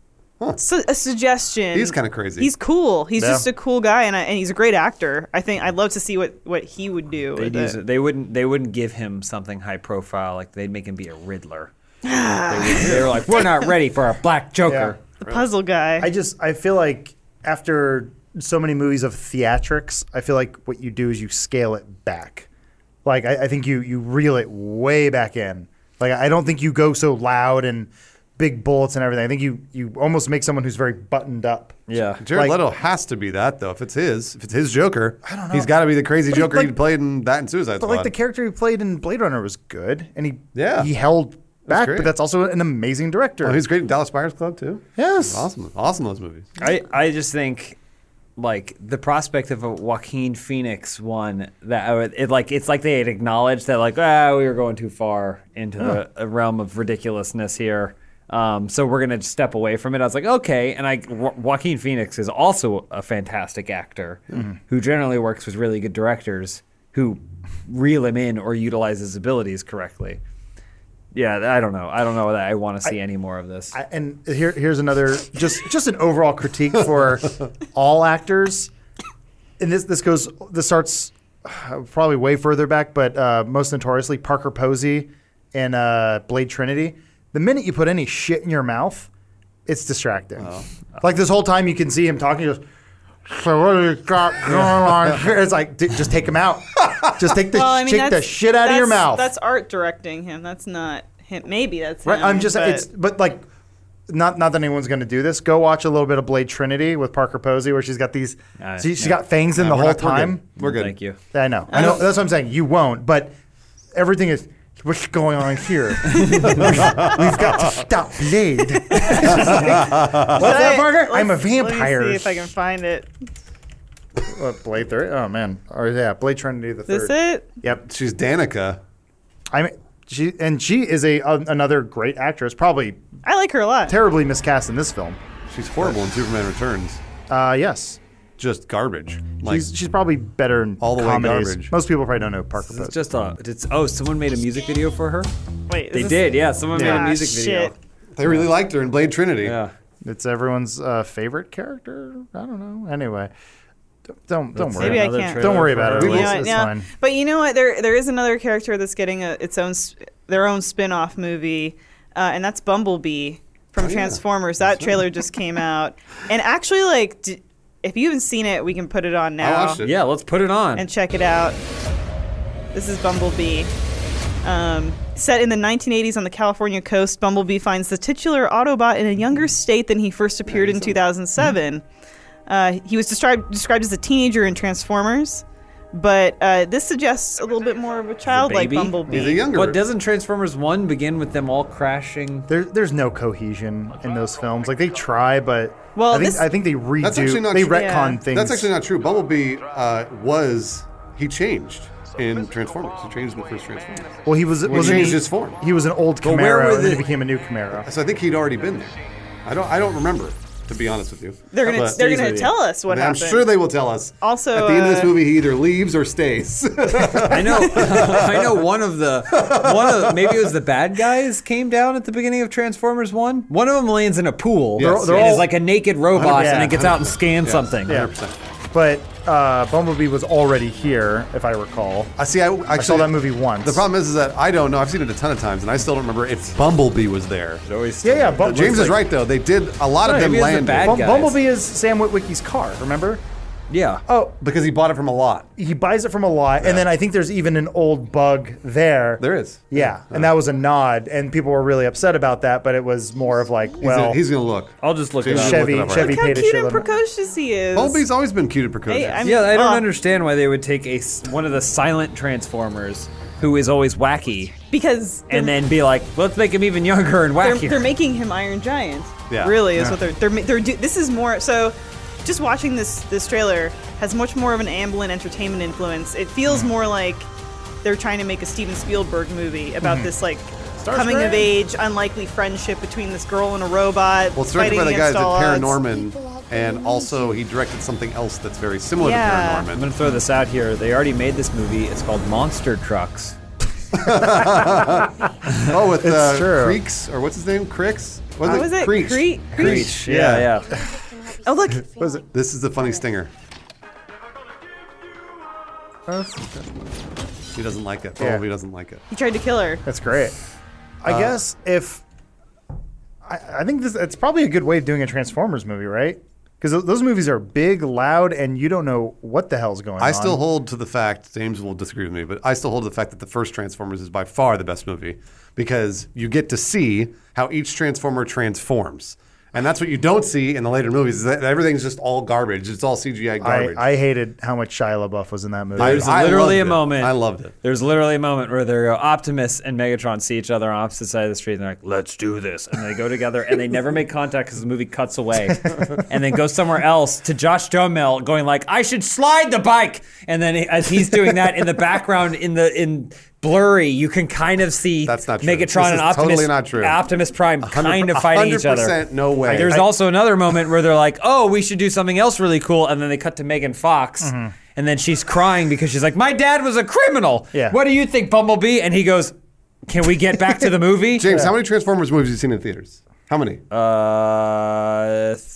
Speaker 1: su- a suggestion.
Speaker 3: He's kinda crazy.
Speaker 1: He's cool. He's
Speaker 4: Yeah.
Speaker 1: just a cool guy, and I, and he's a great actor. I think I'd love to see what what he would do.
Speaker 2: They'd
Speaker 1: with
Speaker 2: use
Speaker 1: it.
Speaker 2: it- They wouldn't. They wouldn't give him something high profile. Like they'd make him be a Riddler. they, would- they were like, we're not ready for a black Joker.
Speaker 4: Yeah.
Speaker 1: The puzzle guy.
Speaker 4: I just I feel like after so many movies of theatrics, I feel like what you do is you scale it back. Like I, I think you you reel it way back in. Like I don't think you go so loud and big bullets and everything. I think you you almost make someone who's very buttoned up.
Speaker 2: Yeah.
Speaker 3: Jared
Speaker 4: Like-
Speaker 3: Leto has to be that though. If it's his, if it's his Joker, I don't know. He's got to be the crazy
Speaker 4: But he-
Speaker 3: Joker he
Speaker 4: like-
Speaker 3: played in that and Suicide
Speaker 4: But
Speaker 3: Squad.
Speaker 4: like the character he played in Blade Runner was good, and he
Speaker 3: Yeah.
Speaker 4: he held back.
Speaker 3: great.
Speaker 4: But that's also an amazing director.
Speaker 3: oh, he's great in Dallas Buyers Club too.
Speaker 4: Yes.
Speaker 3: awesome, awesome those movies.
Speaker 2: I, I just think like the prospect of a Joaquin Phoenix one that I would- it like it's like they had acknowledged that like ah we were going too far into the a realm of ridiculousness here. Um, so we're gonna step away from it. I was like, okay, and I Jo- Joaquin Phoenix is also a fantastic actor who generally works with really good directors who reel him in or utilize his abilities correctly. Yeah, I don't know. I don't know that I want to see any more of this.
Speaker 4: I, and here, here's another just just an overall critique for all actors. And this this goes this starts uh, probably way further back, but uh, most notoriously Parker Posey and uh, Blade Trinity. The minute you put any shit in your mouth, it's distracting. Like this whole time you can see him talking. He goes, so what do you got going on here? It's like, dude, just take him out. Just take the,
Speaker 1: well, I mean,
Speaker 4: take the
Speaker 1: that's-
Speaker 4: shit out of your
Speaker 1: that's-
Speaker 4: mouth.
Speaker 1: That's art directing him. That's not him. Maybe that's
Speaker 4: Right.
Speaker 1: Him,
Speaker 4: I'm just
Speaker 1: but-
Speaker 4: it's but like not not that anyone's going to do this. Go watch a little bit of Blade Trinity with Parker Posey where she's got these
Speaker 2: Uh,
Speaker 4: she, has
Speaker 2: yeah.
Speaker 4: got fangs in the
Speaker 3: We're
Speaker 4: whole
Speaker 3: not- we're good.
Speaker 4: time.
Speaker 3: We're good.
Speaker 2: Thank you.
Speaker 4: I know. I know that's what I'm saying. You won't, but everything is what's going on here? We've got to stop Blade. It's just like, what's
Speaker 1: But
Speaker 4: that,
Speaker 1: I-
Speaker 4: Parker?
Speaker 1: let's-
Speaker 4: I'm a
Speaker 1: Let me
Speaker 4: vampire.
Speaker 1: see if I can find it.
Speaker 4: What, Blade 3? Oh man. Or yeah, Blade Trinity the 3rd.
Speaker 1: Is this it?
Speaker 4: Yep.
Speaker 3: She's Danica.
Speaker 4: I mean she and she is a, a another great actress, probably
Speaker 1: I like her a lot.
Speaker 4: terribly miscast in this film.
Speaker 3: She's horrible in Superman Returns.
Speaker 4: Uh, yes.
Speaker 3: Just garbage. Like
Speaker 4: she's, she's probably better in
Speaker 3: All the way
Speaker 4: comedies.
Speaker 3: garbage.
Speaker 4: Most people probably don't know Parker Posey.
Speaker 2: It's just a. It's oh, someone made a music video for her.
Speaker 1: Wait, is
Speaker 2: They
Speaker 1: this-
Speaker 2: did, yeah. Someone made
Speaker 1: Ah,
Speaker 2: a music
Speaker 1: shit.
Speaker 2: video.
Speaker 3: they really liked her in Blade Trinity.
Speaker 2: Yeah,
Speaker 4: it's everyone's uh, favorite character. I don't know. Anyway, don't don't, don't worry.
Speaker 1: Maybe I
Speaker 4: about
Speaker 1: can- can't.
Speaker 4: Don't worry about it.
Speaker 1: You
Speaker 4: We
Speaker 1: know
Speaker 4: will-
Speaker 1: what,
Speaker 4: it's
Speaker 1: yeah.
Speaker 4: fine.
Speaker 1: But you know what? There there is another character that's getting a, its own s- their own spin off movie, uh, and that's Bumblebee from
Speaker 3: Oh, yeah.
Speaker 1: Transformers. That trailer just came out, and actually, like, d- If you haven't seen it, we can put it on now
Speaker 3: I watched it.
Speaker 2: Yeah, let's put it on.
Speaker 1: and check it out. This is Bumblebee. Um, set in the 1980s on the California coast, Bumblebee finds the titular Autobot in a younger state than he first appeared in 2007. Uh, he was described described as a teenager in Transformers, but uh, this suggests a little bit more of a childlike
Speaker 2: baby?
Speaker 1: Bumblebee.
Speaker 3: He's a younger.
Speaker 2: What doesn't Transformers One begin with them all crashing?
Speaker 4: There, there's no cohesion in those films. Like they try, but
Speaker 1: Well,
Speaker 4: I think
Speaker 1: this-
Speaker 4: I think they redo.
Speaker 3: That's actually not
Speaker 4: they
Speaker 3: true.
Speaker 4: retcon
Speaker 1: Yeah.
Speaker 4: things.
Speaker 3: That's actually not true. Bumblebee uh, was he changed in Transformers? He changed in the first Transformers.
Speaker 4: Well, he was
Speaker 3: he
Speaker 4: wasn't
Speaker 3: changed
Speaker 4: he,
Speaker 3: his form.
Speaker 4: He was an old
Speaker 2: But where
Speaker 4: Camaro,
Speaker 2: were
Speaker 4: and then he
Speaker 2: the-
Speaker 4: became a new Camaro.
Speaker 3: So I think he'd already been there. I don't. I don't remember to be honest with you.
Speaker 1: they're gonna
Speaker 3: But-
Speaker 1: they're gonna
Speaker 2: with you.
Speaker 1: tell us what
Speaker 3: And I'm
Speaker 1: happened.
Speaker 3: sure they will tell us.
Speaker 1: Also,
Speaker 3: at the end of this
Speaker 1: uh,
Speaker 3: movie, he either leaves or stays.
Speaker 2: I know, I know. One of the one of maybe it was the bad guys came down at the beginning of Transformers One. One of them lands in a pool.
Speaker 3: They're-
Speaker 2: and
Speaker 3: they're
Speaker 2: is
Speaker 4: all-
Speaker 2: like a naked robot,
Speaker 4: Yeah.
Speaker 2: and it gets out and scans something.
Speaker 4: Yeah.
Speaker 3: 100%.
Speaker 4: But uh, Bumblebee was already here, if I recall.
Speaker 3: I see. I actually
Speaker 4: I saw that movie once.
Speaker 3: The problem is, is that I don't know. I've seen it a ton of times, and I still don't remember if Bumblebee was there.
Speaker 4: Yeah, yeah. Bum-
Speaker 3: James is
Speaker 4: like-
Speaker 3: right though. They did a lot
Speaker 2: No,
Speaker 3: of them
Speaker 2: maybe it was the
Speaker 3: landed
Speaker 2: bad
Speaker 4: Bum-
Speaker 2: guys.
Speaker 4: Bumblebee is Sam Witwicky's car. Remember?
Speaker 2: Yeah.
Speaker 4: Oh,
Speaker 3: because he bought it from a lot.
Speaker 4: he buys it from a lot, and then I think there's even an old bug there.
Speaker 3: There is.
Speaker 4: Yeah, and that was a nod, and people were really upset about that, but it was more of like,
Speaker 3: He's
Speaker 4: well,
Speaker 3: gonna- he's gonna look.
Speaker 2: I'll just look it
Speaker 3: James
Speaker 2: up.
Speaker 3: is
Speaker 4: Chevy-
Speaker 3: looking up
Speaker 4: Chevy-
Speaker 1: Look
Speaker 4: He
Speaker 1: how
Speaker 4: paid a
Speaker 1: cute and
Speaker 4: shitload of-
Speaker 1: precocious he is.
Speaker 3: Bumblebee's always been cute and precocious.
Speaker 1: Hey, I'm-
Speaker 2: Yeah, I
Speaker 4: Ah.
Speaker 2: don't
Speaker 1: Uh.
Speaker 2: understand why they would take a s- one of the silent Transformers who is always wacky
Speaker 1: because
Speaker 2: and
Speaker 1: they're-
Speaker 2: then be like, let's make him even younger and
Speaker 1: they're,
Speaker 2: wackier.
Speaker 1: they're making him Iron Giant.
Speaker 3: Yeah.
Speaker 1: Really is what they're they're ma- they're do, this is more so just watching this this trailer has much more of an Amblin entertainment influence. It
Speaker 3: Mm.
Speaker 1: feels more like they're trying to make a Steven Spielberg movie about
Speaker 3: Mm-hmm.
Speaker 1: this like coming of age unlikely friendship between this girl and a robot
Speaker 3: well, it's directed
Speaker 1: fighting
Speaker 3: by the guys
Speaker 1: against
Speaker 3: at
Speaker 1: all odds.
Speaker 3: Paranorman, and also he directed something else that's very similar
Speaker 1: Yeah.
Speaker 3: to
Speaker 2: I'm
Speaker 3: Paranorman.
Speaker 2: gonna throw this out here. They already made this movie. It's called Monster Trucks.
Speaker 3: Oh, with
Speaker 4: It's
Speaker 3: uh,
Speaker 4: true.
Speaker 3: Creeks or what's his name? Creeks?
Speaker 1: What was it?
Speaker 3: Creech.
Speaker 1: Creech?
Speaker 2: Preach. Yeah, yeah.
Speaker 1: Oh look,
Speaker 3: What is it? This is the funny stinger. He doesn't like it.
Speaker 4: Yeah.
Speaker 3: Oh, he doesn't like it.
Speaker 1: he tried to kill her.
Speaker 4: that's great. Uh, I guess if I, I think this, it's probably a good way of doing a Transformers movie, right? Because those movies are big, loud, and you don't know what the hell's going on.
Speaker 3: I still hold to the fact. James will disagree with me, but I still hold to the fact that the first Transformers is by far the best movie because you get to see how each Transformer transforms, and that's what you don't see in the later movies. Is that everything's just all garbage. It's all CGI
Speaker 4: I,
Speaker 3: garbage.
Speaker 4: I hated how much Shia LaBeouf was in that movie.
Speaker 3: I-
Speaker 2: There's literally a
Speaker 3: loved it.
Speaker 2: moment.
Speaker 3: I loved it.
Speaker 2: There's literally a moment where they go, Optimus and Megatron see each other on opposite side of the street, and they're like, "Let's do this," and they go together, and they never make contact because the movie cuts away, and then go somewhere else to Josh Duhamel going like, "I should slide the bike," and then as he's doing that in the background in the in blurry, you can kind of see
Speaker 3: That's not true.
Speaker 2: Megatron
Speaker 3: This is
Speaker 2: and Optimus,
Speaker 3: totally not true.
Speaker 2: Optimus Prime
Speaker 3: hundred-
Speaker 2: kind of fighting each other.
Speaker 3: 100% no way.
Speaker 2: There's
Speaker 3: I-
Speaker 2: also another moment where they're like, "Oh, we should do something else really cool," and then they cut to Megan Fox, and then she's crying because she's like, "My dad was a criminal.
Speaker 4: Yeah.
Speaker 2: What do you think, Bumblebee?" And he goes, "Can we get back to the movie?"
Speaker 3: James, how many Transformers movies have you seen in theaters? How many?
Speaker 2: uh, three.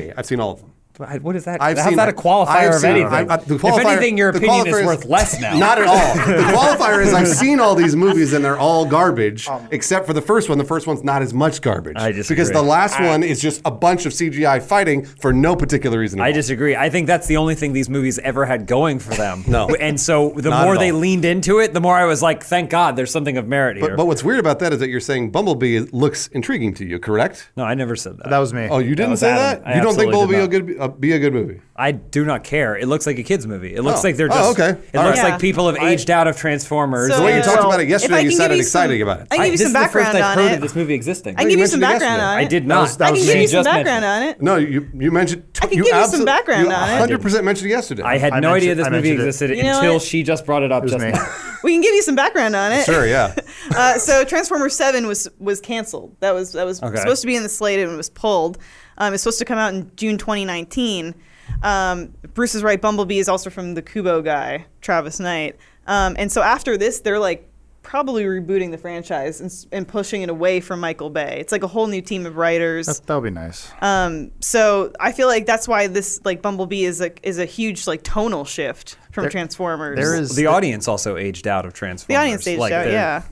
Speaker 3: Three. I've seen all of them.
Speaker 2: I- What is that?
Speaker 3: I've
Speaker 2: How's
Speaker 3: seen-
Speaker 2: that a qualifier
Speaker 3: I've
Speaker 2: of
Speaker 3: seen-
Speaker 2: anything?
Speaker 3: I- I- the
Speaker 2: if
Speaker 3: qualifier-
Speaker 2: anything, your
Speaker 3: the
Speaker 2: opinion
Speaker 3: qualifier
Speaker 2: is
Speaker 3: is-
Speaker 2: worth less now.
Speaker 3: Not at all. The qualifier is I've seen all these movies and they're all garbage,
Speaker 1: Um,
Speaker 3: except for the first one. The first one's not as much garbage.
Speaker 2: I disagree.
Speaker 3: Because the last one is just a bunch of CGI fighting for no particular reason. at
Speaker 2: I
Speaker 3: all.
Speaker 2: disagree. I think that's the only thing these movies ever had going for them.
Speaker 3: No.
Speaker 2: And so the
Speaker 3: Not
Speaker 2: more
Speaker 3: at
Speaker 2: they
Speaker 3: all.
Speaker 2: leaned into it, the more I was like, thank God there's something of merit here.
Speaker 3: But, but what's weird about that is that you're saying Bumblebee looks intriguing to you, correct?
Speaker 2: no, I never said that.
Speaker 4: that was me.
Speaker 3: Oh, you didn't
Speaker 2: was
Speaker 3: say
Speaker 2: Adam.
Speaker 3: that?
Speaker 2: I
Speaker 3: you don't think
Speaker 2: absolutely
Speaker 3: Bumblebee
Speaker 2: did
Speaker 3: will good, uh, be a good movie?
Speaker 2: I do not care. It looks like a kids movie. It looks
Speaker 3: Oh.
Speaker 2: like they're
Speaker 3: Oh,
Speaker 2: just.
Speaker 3: okay.
Speaker 2: It
Speaker 3: All
Speaker 2: looks
Speaker 1: right.
Speaker 2: like people have
Speaker 1: Yeah.
Speaker 2: aged out of Transformers.
Speaker 1: So,
Speaker 3: The way you
Speaker 1: uh,
Speaker 3: talked about it
Speaker 1: if I
Speaker 3: yesterday, you
Speaker 1: can
Speaker 3: sounded
Speaker 1: give some-
Speaker 3: excited about it.
Speaker 1: I can
Speaker 2: I-
Speaker 1: give you
Speaker 2: this
Speaker 1: some
Speaker 2: is the first
Speaker 1: background
Speaker 2: I've
Speaker 1: on
Speaker 2: heard
Speaker 1: it.
Speaker 2: of this movie existing.
Speaker 1: I can give
Speaker 3: you
Speaker 1: you some
Speaker 3: mentioned it
Speaker 1: background on
Speaker 3: yesterday.
Speaker 1: it.
Speaker 2: I did
Speaker 4: That
Speaker 2: not.
Speaker 4: was- that
Speaker 1: I
Speaker 4: was
Speaker 1: can
Speaker 4: me.
Speaker 1: give you
Speaker 2: Just
Speaker 1: some
Speaker 2: mentioned
Speaker 1: background on it.
Speaker 3: no, you, you mentioned.
Speaker 1: I can
Speaker 3: you
Speaker 1: give you some
Speaker 3: absol-
Speaker 1: background
Speaker 3: you
Speaker 1: on it.
Speaker 3: 100% mentioned it yesterday.
Speaker 2: I had
Speaker 4: I
Speaker 2: no idea
Speaker 4: mentioned-
Speaker 2: this
Speaker 4: I
Speaker 2: movie
Speaker 4: mentioned it.
Speaker 2: existed
Speaker 1: You know
Speaker 2: until
Speaker 1: what?
Speaker 2: she just brought it up.
Speaker 4: was
Speaker 2: just
Speaker 4: me.
Speaker 2: now.
Speaker 1: We can give you some background on it.
Speaker 3: Sure, yeah.
Speaker 1: uh, so Transformers Seven was was canceled. That was that was
Speaker 2: Okay.
Speaker 1: supposed to be in the slate and it was pulled. Um, it's supposed to come out in June 2019. Um, Bruce is right. Bumblebee is also from the Kubo guy, Travis Knight. Um, and so after this, they're like probably rebooting the franchise and, s- and pushing it away from Michael Bay. It's like a whole new team of writers.
Speaker 4: That, that would be nice.
Speaker 1: Um, so I feel like that's why this like Bumblebee is a is a huge like tonal shift from Transformers.
Speaker 4: there is-
Speaker 2: The audience also aged out of Transformers.
Speaker 1: the audience aged
Speaker 2: Like,
Speaker 1: out,
Speaker 2: they're-
Speaker 1: yeah.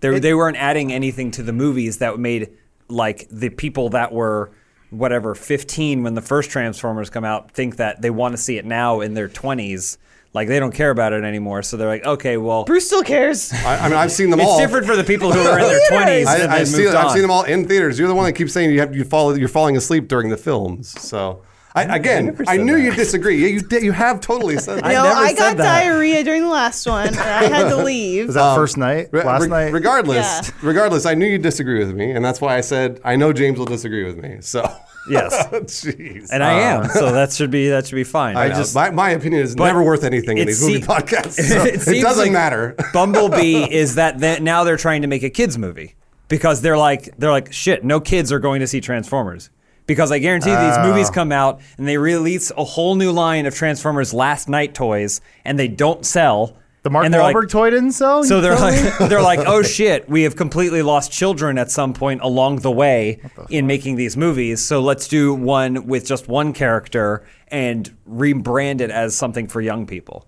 Speaker 2: They they weren't adding anything to the movies that made like the people that were whatever 15 when the first Transformers come out think that they want to see it now in their 20s. Like they don't care about it anymore, so they're like, okay, well,
Speaker 1: Bruce still cares.
Speaker 3: I, I mean, I've seen them
Speaker 2: it's
Speaker 3: all.
Speaker 2: different for the people who are in their 20s.
Speaker 3: I,
Speaker 2: and
Speaker 3: I've,
Speaker 2: they've
Speaker 3: seen,
Speaker 2: moved
Speaker 3: I've
Speaker 2: on.
Speaker 3: seen them all in theaters. You're the one that keeps saying you have you fall you're falling asleep during the films. So I, again,
Speaker 2: never
Speaker 3: I,
Speaker 2: said
Speaker 3: knew
Speaker 2: that.
Speaker 3: you disagree. Yeah, you did, you have totally said that.
Speaker 1: no,
Speaker 2: never
Speaker 1: I
Speaker 2: said
Speaker 1: got
Speaker 2: that.
Speaker 1: diarrhea during the last one, and I had to leave.
Speaker 4: Was that first night?
Speaker 3: um, Re-
Speaker 4: Last
Speaker 3: re-
Speaker 4: night?
Speaker 3: Regardless,
Speaker 1: Yeah.
Speaker 3: regardless, I knew you disagree with me, and that's why I said I know James will disagree with me. So
Speaker 2: Yes.
Speaker 3: jeez.
Speaker 2: and I am, so that should be that should be fine.
Speaker 3: I just my, my opinion is
Speaker 2: But
Speaker 3: never worth anything in
Speaker 2: it
Speaker 3: these
Speaker 2: se-
Speaker 3: movie podcasts. so it,
Speaker 2: seems
Speaker 3: doesn't
Speaker 2: like
Speaker 3: matter.
Speaker 2: Bumblebee is that that now they're trying to make a kids movie because they're like they're like shit. No kids are going to see Transformers because I guarantee
Speaker 3: Oh.
Speaker 2: these movies come out and they release a whole new line of Transformers last night toys and they don't sell.
Speaker 4: The Mark
Speaker 2: and they're
Speaker 4: Wahlberg
Speaker 2: like,
Speaker 4: toy didn't sell?
Speaker 2: So
Speaker 4: Oh, You
Speaker 2: they're
Speaker 4: tell me?
Speaker 2: like, they're like, oh shit, we have completely lost children at some point along the way in making these movies. So let's do one with just one character and rebrand it as something for young people.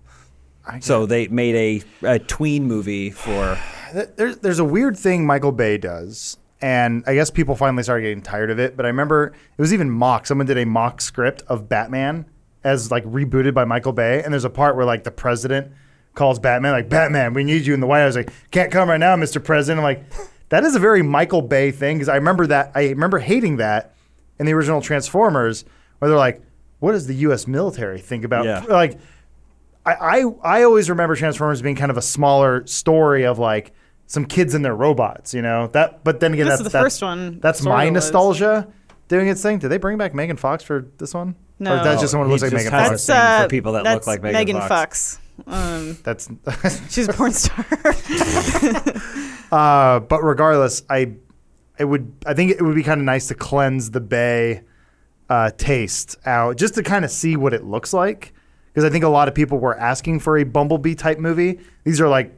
Speaker 2: So they made a, a tween movie for.
Speaker 4: there's there's a weird thing Michael Bay does, and I guess people finally started getting tired of it. But I remember it was even mock. Someone did a mock script of Batman as like rebooted by Michael Bay, and there's a part where like the president calls Batman like Batman, we need you in the White House. Like can't come right now, Mr. President. I'm like that is a very Michael Bay thing because I remember that I remember hating that in the original Transformers where they're like, what does the U.S. military think about
Speaker 2: Yeah.
Speaker 4: like? I, I I always remember Transformers being kind of a smaller story of like some kids and their robots, you know that. But then again,
Speaker 1: This
Speaker 4: that's
Speaker 1: is the
Speaker 4: that's-
Speaker 1: first one
Speaker 4: That's
Speaker 1: sorta
Speaker 4: my
Speaker 1: was.
Speaker 4: nostalgia doing its thing. Did they bring back Megan Fox for this one?
Speaker 1: No.
Speaker 4: or that's just someone who
Speaker 2: He
Speaker 4: looks like
Speaker 2: just
Speaker 4: Megan
Speaker 2: has-
Speaker 4: Fox.
Speaker 1: That's
Speaker 2: thing for
Speaker 1: uh,
Speaker 2: people that look
Speaker 1: that's
Speaker 2: like Megan
Speaker 1: Megan
Speaker 2: Fox.
Speaker 1: Fox. Um,
Speaker 4: That's.
Speaker 1: she's a porn star.
Speaker 4: uh, but regardless, I it would I think it would be kind of nice to cleanse the Bay uh, taste out just to kind of see what it looks like because I think a lot of people were asking for a Bumblebee type movie. These are like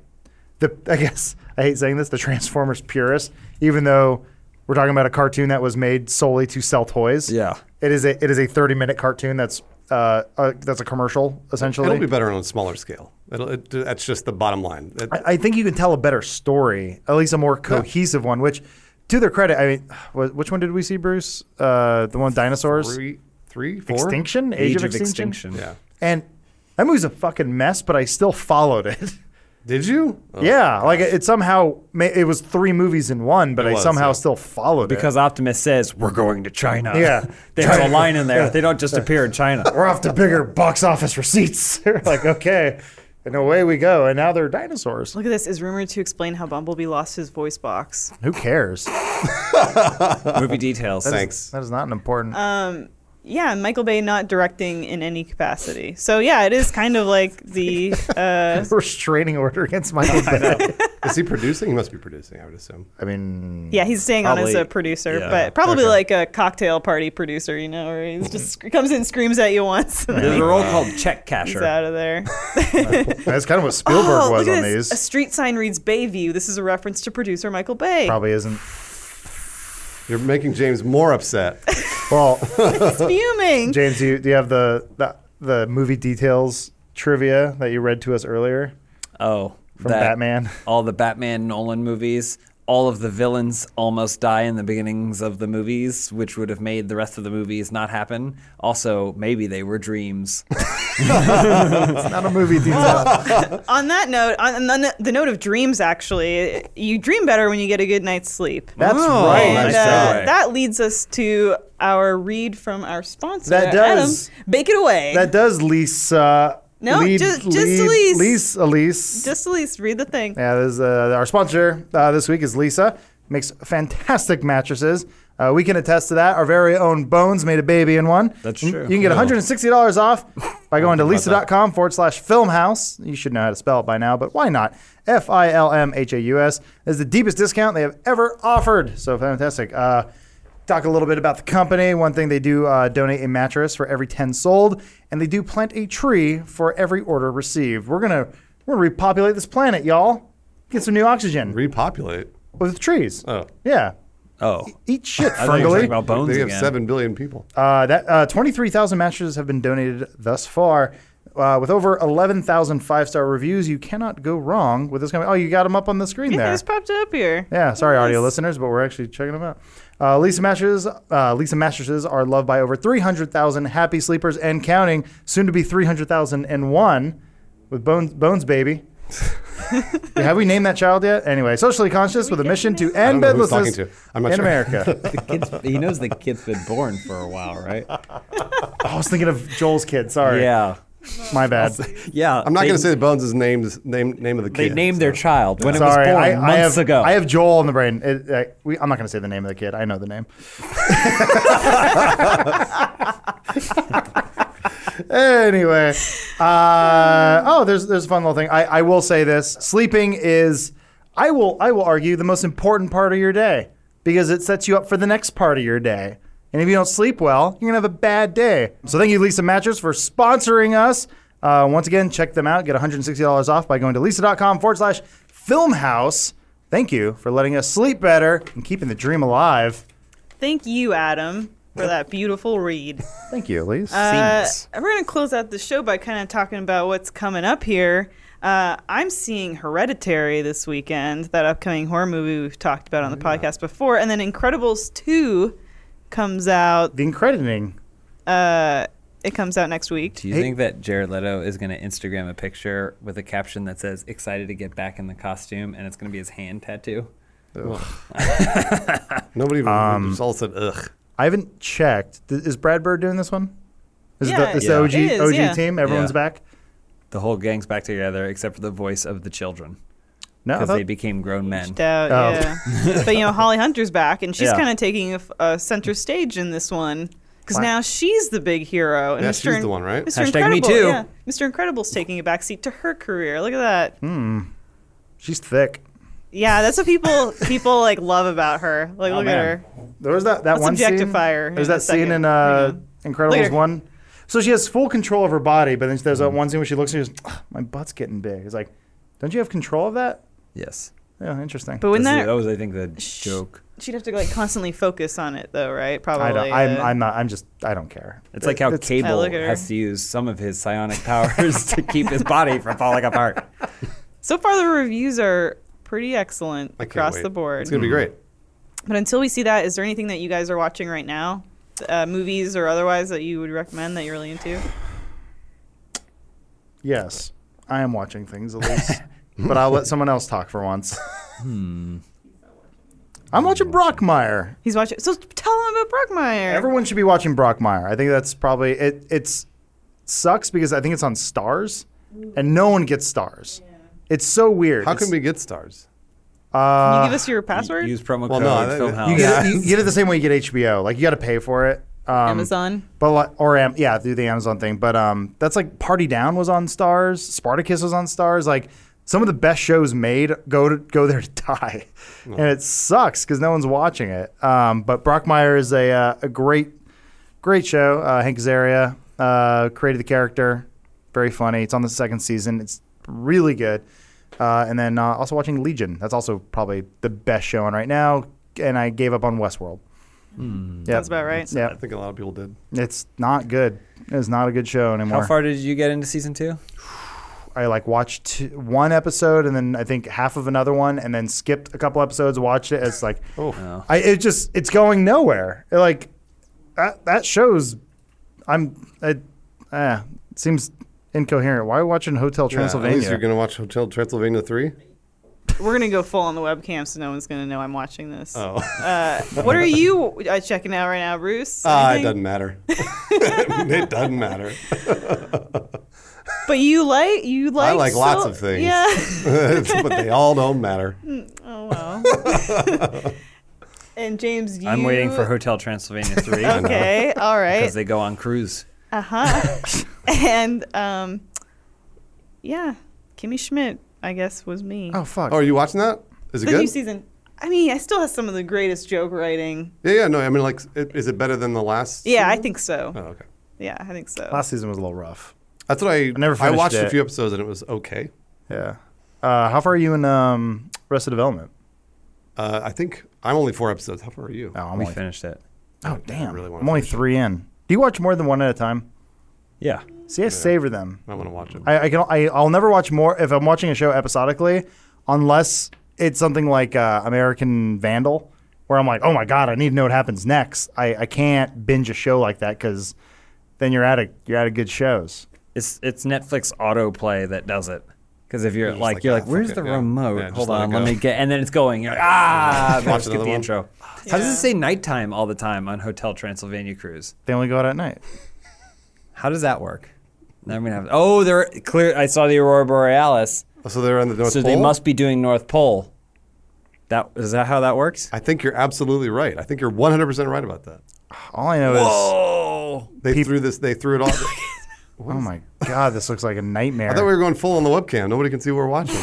Speaker 4: the I guess I hate saying this the Transformers purists, even though we're talking about a cartoon that was made solely to sell toys.
Speaker 2: Yeah.
Speaker 4: it is a it is a thirty minute cartoon that's. Uh, uh, that's a commercial, essentially.
Speaker 3: It'll be better on a smaller scale. It'll, it, that's just the bottom line. It-
Speaker 4: I, I think you can tell a better story, at least a more cohesive one. Which, to their credit, I mean, wh- which one did we see, Bruce? Uh, the one with dinosaurs,
Speaker 3: three, three, four.
Speaker 4: Extinction, Age, of, Extinction?
Speaker 3: Yeah.
Speaker 4: And that movie's a fucking mess, but I still followed it.
Speaker 3: Did you? Oh.
Speaker 4: yeah, like it, it somehow ma- it was three movies in one, but
Speaker 3: It
Speaker 4: I
Speaker 3: was,
Speaker 4: somehow
Speaker 3: yeah.
Speaker 4: still followed it.
Speaker 2: Because Optimus says, we're going to China.
Speaker 4: Yeah.
Speaker 2: They have a line in there. They don't just appear in China.
Speaker 4: we're off to bigger box office receipts. They're like, okay, and away we go. And now they're dinosaurs.
Speaker 1: Look at this. Is rumored to explain how Bumblebee lost his voice box.
Speaker 4: Who cares?
Speaker 2: Movie details.
Speaker 3: Thanks.
Speaker 4: That is not an important.
Speaker 1: Yeah, and Michael Bay not directing in any capacity. So yeah, it is kind of like the uh,
Speaker 4: restraining order against Michael Bay.
Speaker 3: Is he producing? He must be producing, I would assume.
Speaker 4: I mean,
Speaker 1: yeah he's staying on as
Speaker 2: Probably-
Speaker 1: a producer,
Speaker 2: yeah.
Speaker 1: but probably like a cocktail party producer, you know, where he just sc- comes in and screams at you once. And
Speaker 2: There's
Speaker 1: then
Speaker 2: a role called Check
Speaker 1: he's
Speaker 2: Casher.
Speaker 1: out of there.
Speaker 4: That's kind of what Spielberg
Speaker 1: oh,
Speaker 4: was
Speaker 1: look
Speaker 4: on
Speaker 1: at this.
Speaker 4: these.
Speaker 1: A street sign reads Bayview. This is a reference to producer Michael Bay.
Speaker 4: Probably isn't.
Speaker 3: You're making James more upset.
Speaker 4: Well,
Speaker 1: It's fuming.
Speaker 4: James, do you, do you have the, the the movie details trivia that you read to us earlier
Speaker 2: Oh,
Speaker 4: from Batman?
Speaker 2: all the Batman Nolan movies, all of the villains almost die in the beginnings of the movies, which would have made the rest of the movies not happen. Also, maybe they were dreams.
Speaker 4: It's not a movie detail.
Speaker 1: on that note, on, on the, the note of dreams, actually, you dream better when you get a good night's sleep.
Speaker 4: That's
Speaker 2: Oh,
Speaker 4: right.
Speaker 1: and
Speaker 2: nice
Speaker 1: uh,
Speaker 2: segue.
Speaker 1: that leads us to our read from our sponsor,
Speaker 4: That does.
Speaker 1: Adam. Bake it away.
Speaker 4: That does Lisa.
Speaker 1: No,
Speaker 4: lead,
Speaker 1: just- just
Speaker 4: lead,
Speaker 1: Elise.
Speaker 4: Elise. Elise.
Speaker 1: Just at least read the thing.
Speaker 4: Yeah, this is, uh, our sponsor uh, this week is Lisa. Makes fantastic mattresses. Uh, we can attest to that. Our very own Bones made a baby in one.
Speaker 2: That's
Speaker 4: You-
Speaker 2: true.
Speaker 4: You can get $160 off by going to lisa.com forward slash filmhouse. You should know how to spell it by now, but why not? F I L M H A U S is the deepest discount they have ever offered. So fantastic. Uh, talk a little bit about the company. One thing they do uh, donate a mattress for every 10 sold, and they do plant a tree for every order received. We're going to we're gonna repopulate this planet, y'all. Get some new oxygen
Speaker 3: Repopulate.
Speaker 4: with trees.
Speaker 3: Oh.
Speaker 4: Yeah.
Speaker 2: Oh,
Speaker 4: Eat shit,
Speaker 2: I thought you were talking
Speaker 4: Ferngully.
Speaker 2: about bones
Speaker 3: they have
Speaker 2: again.
Speaker 3: seven billion people.
Speaker 4: Uh, that uh, 23,000 mattresses have been donated thus far. Uh, with over 11,000 five star reviews, you cannot go wrong with this company. Oh, you got them up on the screen
Speaker 1: Yeah,
Speaker 4: there.
Speaker 1: it's popped up here.
Speaker 4: Yeah, sorry, audio
Speaker 1: Nice.
Speaker 4: listeners, but we're actually checking them out. Uh, Lisa Masters, uh, Lisa Masters are loved by over 300,000 happy sleepers and counting, soon to be 300,001 with Bones, Bones Baby. Have we named that child yet? Anyway, socially conscious with a mission to end
Speaker 3: know who's
Speaker 4: bedlessness
Speaker 3: talking to. I'm not
Speaker 4: in
Speaker 3: sure.
Speaker 4: America.
Speaker 5: The kid's, he knows the kid's been born for a while, right?
Speaker 4: Oh, I was thinking of Joel's kid. Sorry,
Speaker 5: Yeah.
Speaker 4: my bad.
Speaker 5: Yeah.
Speaker 3: I'm not
Speaker 5: they-
Speaker 3: going to say Bones' name, name, name of the
Speaker 5: They
Speaker 3: kid.
Speaker 5: named their child when
Speaker 4: Sorry,
Speaker 5: it was born
Speaker 4: I,
Speaker 5: months
Speaker 4: I have
Speaker 5: ago.
Speaker 4: I have Joel in the brain. It, I, we, I'm not going to say the name of the kid. I know the name. anyway, uh, oh, there's there's a fun little thing. I, I will say this: sleeping is, I will I will argue the most important part of your day because it sets you up for the next part of your day. And if you don't sleep well, you're gonna have a bad day. So thank you, Lisa Mattress, for sponsoring us. Uh, once again, check them out. Get $160 off by going to lisa.com forward slash filmhouse. Thank you for letting us sleep better and keeping the dream alive.
Speaker 1: Thank you, Adam, for that beautiful read.
Speaker 4: Thank you, Elise.
Speaker 1: Uh,
Speaker 5: Seamless.
Speaker 1: we're going to close out the show by kind of talking about what's coming up here. Uh, I'm seeing Hereditary this weekend, that upcoming horror movie we've talked about on
Speaker 3: Oh,
Speaker 1: the podcast before. And then Incredibles 2 comes out.
Speaker 4: the increditing.
Speaker 1: Uh, it comes out next week.
Speaker 5: Do you think that Jared Leto is going to Instagram a picture with a caption that says "Excited to get back in the costume" and it's going to be his hand tattoo?
Speaker 3: Nobody even. just all said, ugh.
Speaker 4: I haven't checked. Th- Is Brad Bird doing this one? Is
Speaker 1: Yeah,
Speaker 4: the, is
Speaker 1: Yeah.
Speaker 4: the OG,
Speaker 1: it is,
Speaker 4: OG
Speaker 1: yeah.
Speaker 4: team? Everyone's
Speaker 5: Yeah.
Speaker 4: back?
Speaker 5: The whole gang's back together except for the voice of the children
Speaker 4: No, I
Speaker 5: because
Speaker 4: thought-
Speaker 5: they became grown men.
Speaker 1: Doubt,
Speaker 4: Oh.
Speaker 1: yeah. but you know, Holly Hunter's back, and she's
Speaker 5: Yeah.
Speaker 1: kind of taking a, f- a center stage in this one because
Speaker 4: Wow.
Speaker 1: now she's the big hero. And
Speaker 3: Yeah,
Speaker 1: Mr.
Speaker 3: she's
Speaker 1: In-
Speaker 3: the one, right?
Speaker 1: Mr.
Speaker 5: Hashtag me
Speaker 1: Incredible,
Speaker 5: too.
Speaker 1: yeah. Mr. Incredible's taking a backseat to her career. Look at that.
Speaker 4: she's thick.
Speaker 1: Yeah, that's what people people like love about her. Like, look
Speaker 4: Oh, man.
Speaker 1: at her.
Speaker 4: There was that, that
Speaker 1: Let's
Speaker 4: one scene.
Speaker 1: objectify her
Speaker 4: There's
Speaker 1: in a
Speaker 4: that scene in
Speaker 1: second.
Speaker 4: uh, Incredibles
Speaker 1: Later.
Speaker 4: one. So she has full control of her body, but then
Speaker 5: Mm.
Speaker 4: there's that one scene where she looks and she goes, "Ugh, "My butt's getting big." It's like, don't you have control of that?
Speaker 5: Yes,
Speaker 4: Yeah, interesting.
Speaker 1: But wouldn't
Speaker 5: That's the-
Speaker 1: that
Speaker 5: that was I think the
Speaker 1: Sh-
Speaker 5: joke.
Speaker 1: she'd have to like constantly focus on it though, right? Probably.
Speaker 4: I don't. I'm,
Speaker 1: uh,
Speaker 4: I'm not. I'm just. I don't care.
Speaker 5: It's like how
Speaker 1: I
Speaker 5: Cable
Speaker 1: look at her.
Speaker 5: has to use some of his psionic powers to keep his body from falling apart.
Speaker 1: So far, the reviews are pretty excellent
Speaker 3: I can't
Speaker 1: across
Speaker 3: wait.
Speaker 1: the board.
Speaker 3: It's going to be great.
Speaker 1: But until we see that, is there anything that you guys are watching right now, uh, movies or otherwise, that you would recommend that you're really into?
Speaker 4: Yes, I am watching things, Elise, but I'll let someone else talk for once. I'm watching Brockmire.
Speaker 1: He's watching. So tell him about Brockmire.
Speaker 4: Everyone should be watching Brockmire. I think that's probably it. It's sucks because I think it's on Stars, and no one gets Stars. It's so weird.
Speaker 3: How
Speaker 4: It's-
Speaker 3: can we get stars?
Speaker 1: Can you
Speaker 4: Uh,
Speaker 1: give us your password?
Speaker 5: Use promo
Speaker 3: Well,
Speaker 5: code
Speaker 3: no, that-
Speaker 5: Filmhouse.
Speaker 4: you get, it, you get it the same way you get HBO. Like you got to pay for it. Um,
Speaker 1: Amazon.
Speaker 4: but like, or Am- yeah, through the Amazon thing. But um, that's like Party Down was on Stars, Spartacus was on Stars. Like some of the best shows made go to go there to die, and it sucks because no one's watching it. Um, but Brockmire is a uh, a great great show. Uh, Hank Azaria uh, created the character, very funny. It's on the second season. It's really good. Uh, and then uh, also watching Legion. That's also probably the best show on right now. And I gave up on Westworld. Yep.
Speaker 1: That's about right.
Speaker 4: Yeah.
Speaker 3: I think a lot of people did.
Speaker 4: It's not good. It's not a good show anymore.
Speaker 5: How far did you get into season two?
Speaker 4: I like watched t- one episode and then I think half of another one and then skipped a couple episodes, watched it. It's like,
Speaker 5: Oh.
Speaker 4: I it just it's going nowhere. It, like that, that shows. I'm I, uh, it seems incoherent. Why are we watching
Speaker 3: Yeah,
Speaker 4: Hotel
Speaker 3: at
Speaker 4: Transylvania?
Speaker 3: least you're going to watch Hotel Transylvania 3.
Speaker 1: We're gonna go full on the webcam, so no one's gonna know I'm watching this.
Speaker 3: Oh,
Speaker 1: Uh, what are you uh, checking out right now, Bruce?
Speaker 3: Ah,
Speaker 1: Anything?
Speaker 3: it doesn't matter. it doesn't matter.
Speaker 1: But you like you like.
Speaker 3: I like lots
Speaker 1: so-
Speaker 3: of things.
Speaker 1: Yeah.
Speaker 3: but they all don't matter.
Speaker 1: Oh wow. and James, you.
Speaker 5: I'm waiting for Hotel Transylvania three
Speaker 1: Okay. All right.
Speaker 5: because they go on cruise.
Speaker 1: Uh huh. and um, yeah, Kimmy Schmidt, I guess, was me.
Speaker 4: oh fuck!
Speaker 3: Oh, are you watching that? Is it
Speaker 1: the
Speaker 3: good?
Speaker 1: new season. I mean, I still have some of the greatest joke writing.
Speaker 3: yeah, yeah. No, I mean, like, it, is it better than the last?
Speaker 1: Yeah, I think so.
Speaker 3: Oh, okay.
Speaker 1: Yeah, I think so.
Speaker 4: Last season was a little rough.
Speaker 3: That's what I. I
Speaker 4: never
Speaker 3: I
Speaker 4: finished
Speaker 3: watched
Speaker 4: it.
Speaker 3: a few episodes and it was okay.
Speaker 4: Yeah. Uh, how far are you in um, Rest of Development?
Speaker 3: Uh, I think I'm only four episodes. How far are you?
Speaker 4: Oh, I'm
Speaker 5: we
Speaker 4: only,
Speaker 5: finished it.
Speaker 4: oh damn!
Speaker 3: really wanna
Speaker 4: I'm only three in. Do you watch more than one at a time?
Speaker 5: Yeah.
Speaker 4: See, I savor them.
Speaker 3: I want to watch it.
Speaker 4: I, I can I, I'll never watch more if I'm watching a show episodically, unless it's something like uh, American Vandal, where I'm like, oh my god, I need to know what happens next. I, I can't binge a show like that because then you're out of you're out of good shows.
Speaker 2: It's it's Netflix autoplay that does it. Because if you're
Speaker 3: just
Speaker 2: like,
Speaker 3: like,
Speaker 2: you're
Speaker 3: ah,
Speaker 2: like,
Speaker 3: fuck
Speaker 2: where's
Speaker 3: it,
Speaker 2: the
Speaker 3: yeah.
Speaker 2: remote?
Speaker 3: Yeah, just
Speaker 2: Hold
Speaker 3: let it
Speaker 2: on, let
Speaker 3: go.
Speaker 2: me get, and then it's going. You're like, ah,
Speaker 3: Watch
Speaker 2: skip
Speaker 3: another
Speaker 2: the
Speaker 3: one.
Speaker 2: intro. How does
Speaker 1: Yeah.
Speaker 2: it say nighttime all the time on Hotel Transylvania cruise?
Speaker 4: They only go out at night.
Speaker 2: How does that work? Now I'm gonna have. Oh, they're clear. I saw the aurora borealis,
Speaker 3: Oh, So they're on the North
Speaker 2: so
Speaker 3: Pole.
Speaker 2: they must be doing North Pole. That is that how that works?
Speaker 3: I think you're absolutely right. I think you're 100 percent right about that.
Speaker 4: All I know is,
Speaker 2: Oh,
Speaker 3: They threw this. They threw it all.
Speaker 4: oh my god, this looks like a nightmare.
Speaker 3: I thought we were going full on the webcam. Nobody can see we're watching.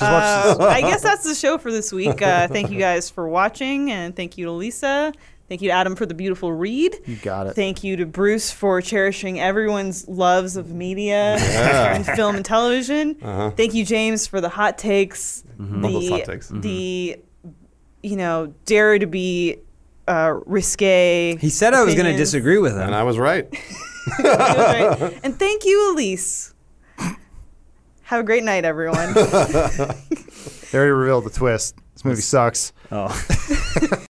Speaker 1: Uh, I guess that's the show for this week. Uh, thank you guys for watching, and thank you to Lisa. Thank you to Adam for the beautiful read.
Speaker 4: you got it.
Speaker 1: Thank you to Bruce for cherishing everyone's loves of media
Speaker 3: Yeah.
Speaker 1: and film and television. Thank you, James, for the hot takes.
Speaker 3: Love those hot takes.
Speaker 1: The, you know, dare to be uh, risque.
Speaker 2: he said I was gonna
Speaker 1: opinions.
Speaker 2: disagree with him.
Speaker 3: And I was right.
Speaker 1: He was right. And thank you, Elise. Have a great night, everyone.
Speaker 4: They already revealed the twist. This movie sucks.
Speaker 2: oh.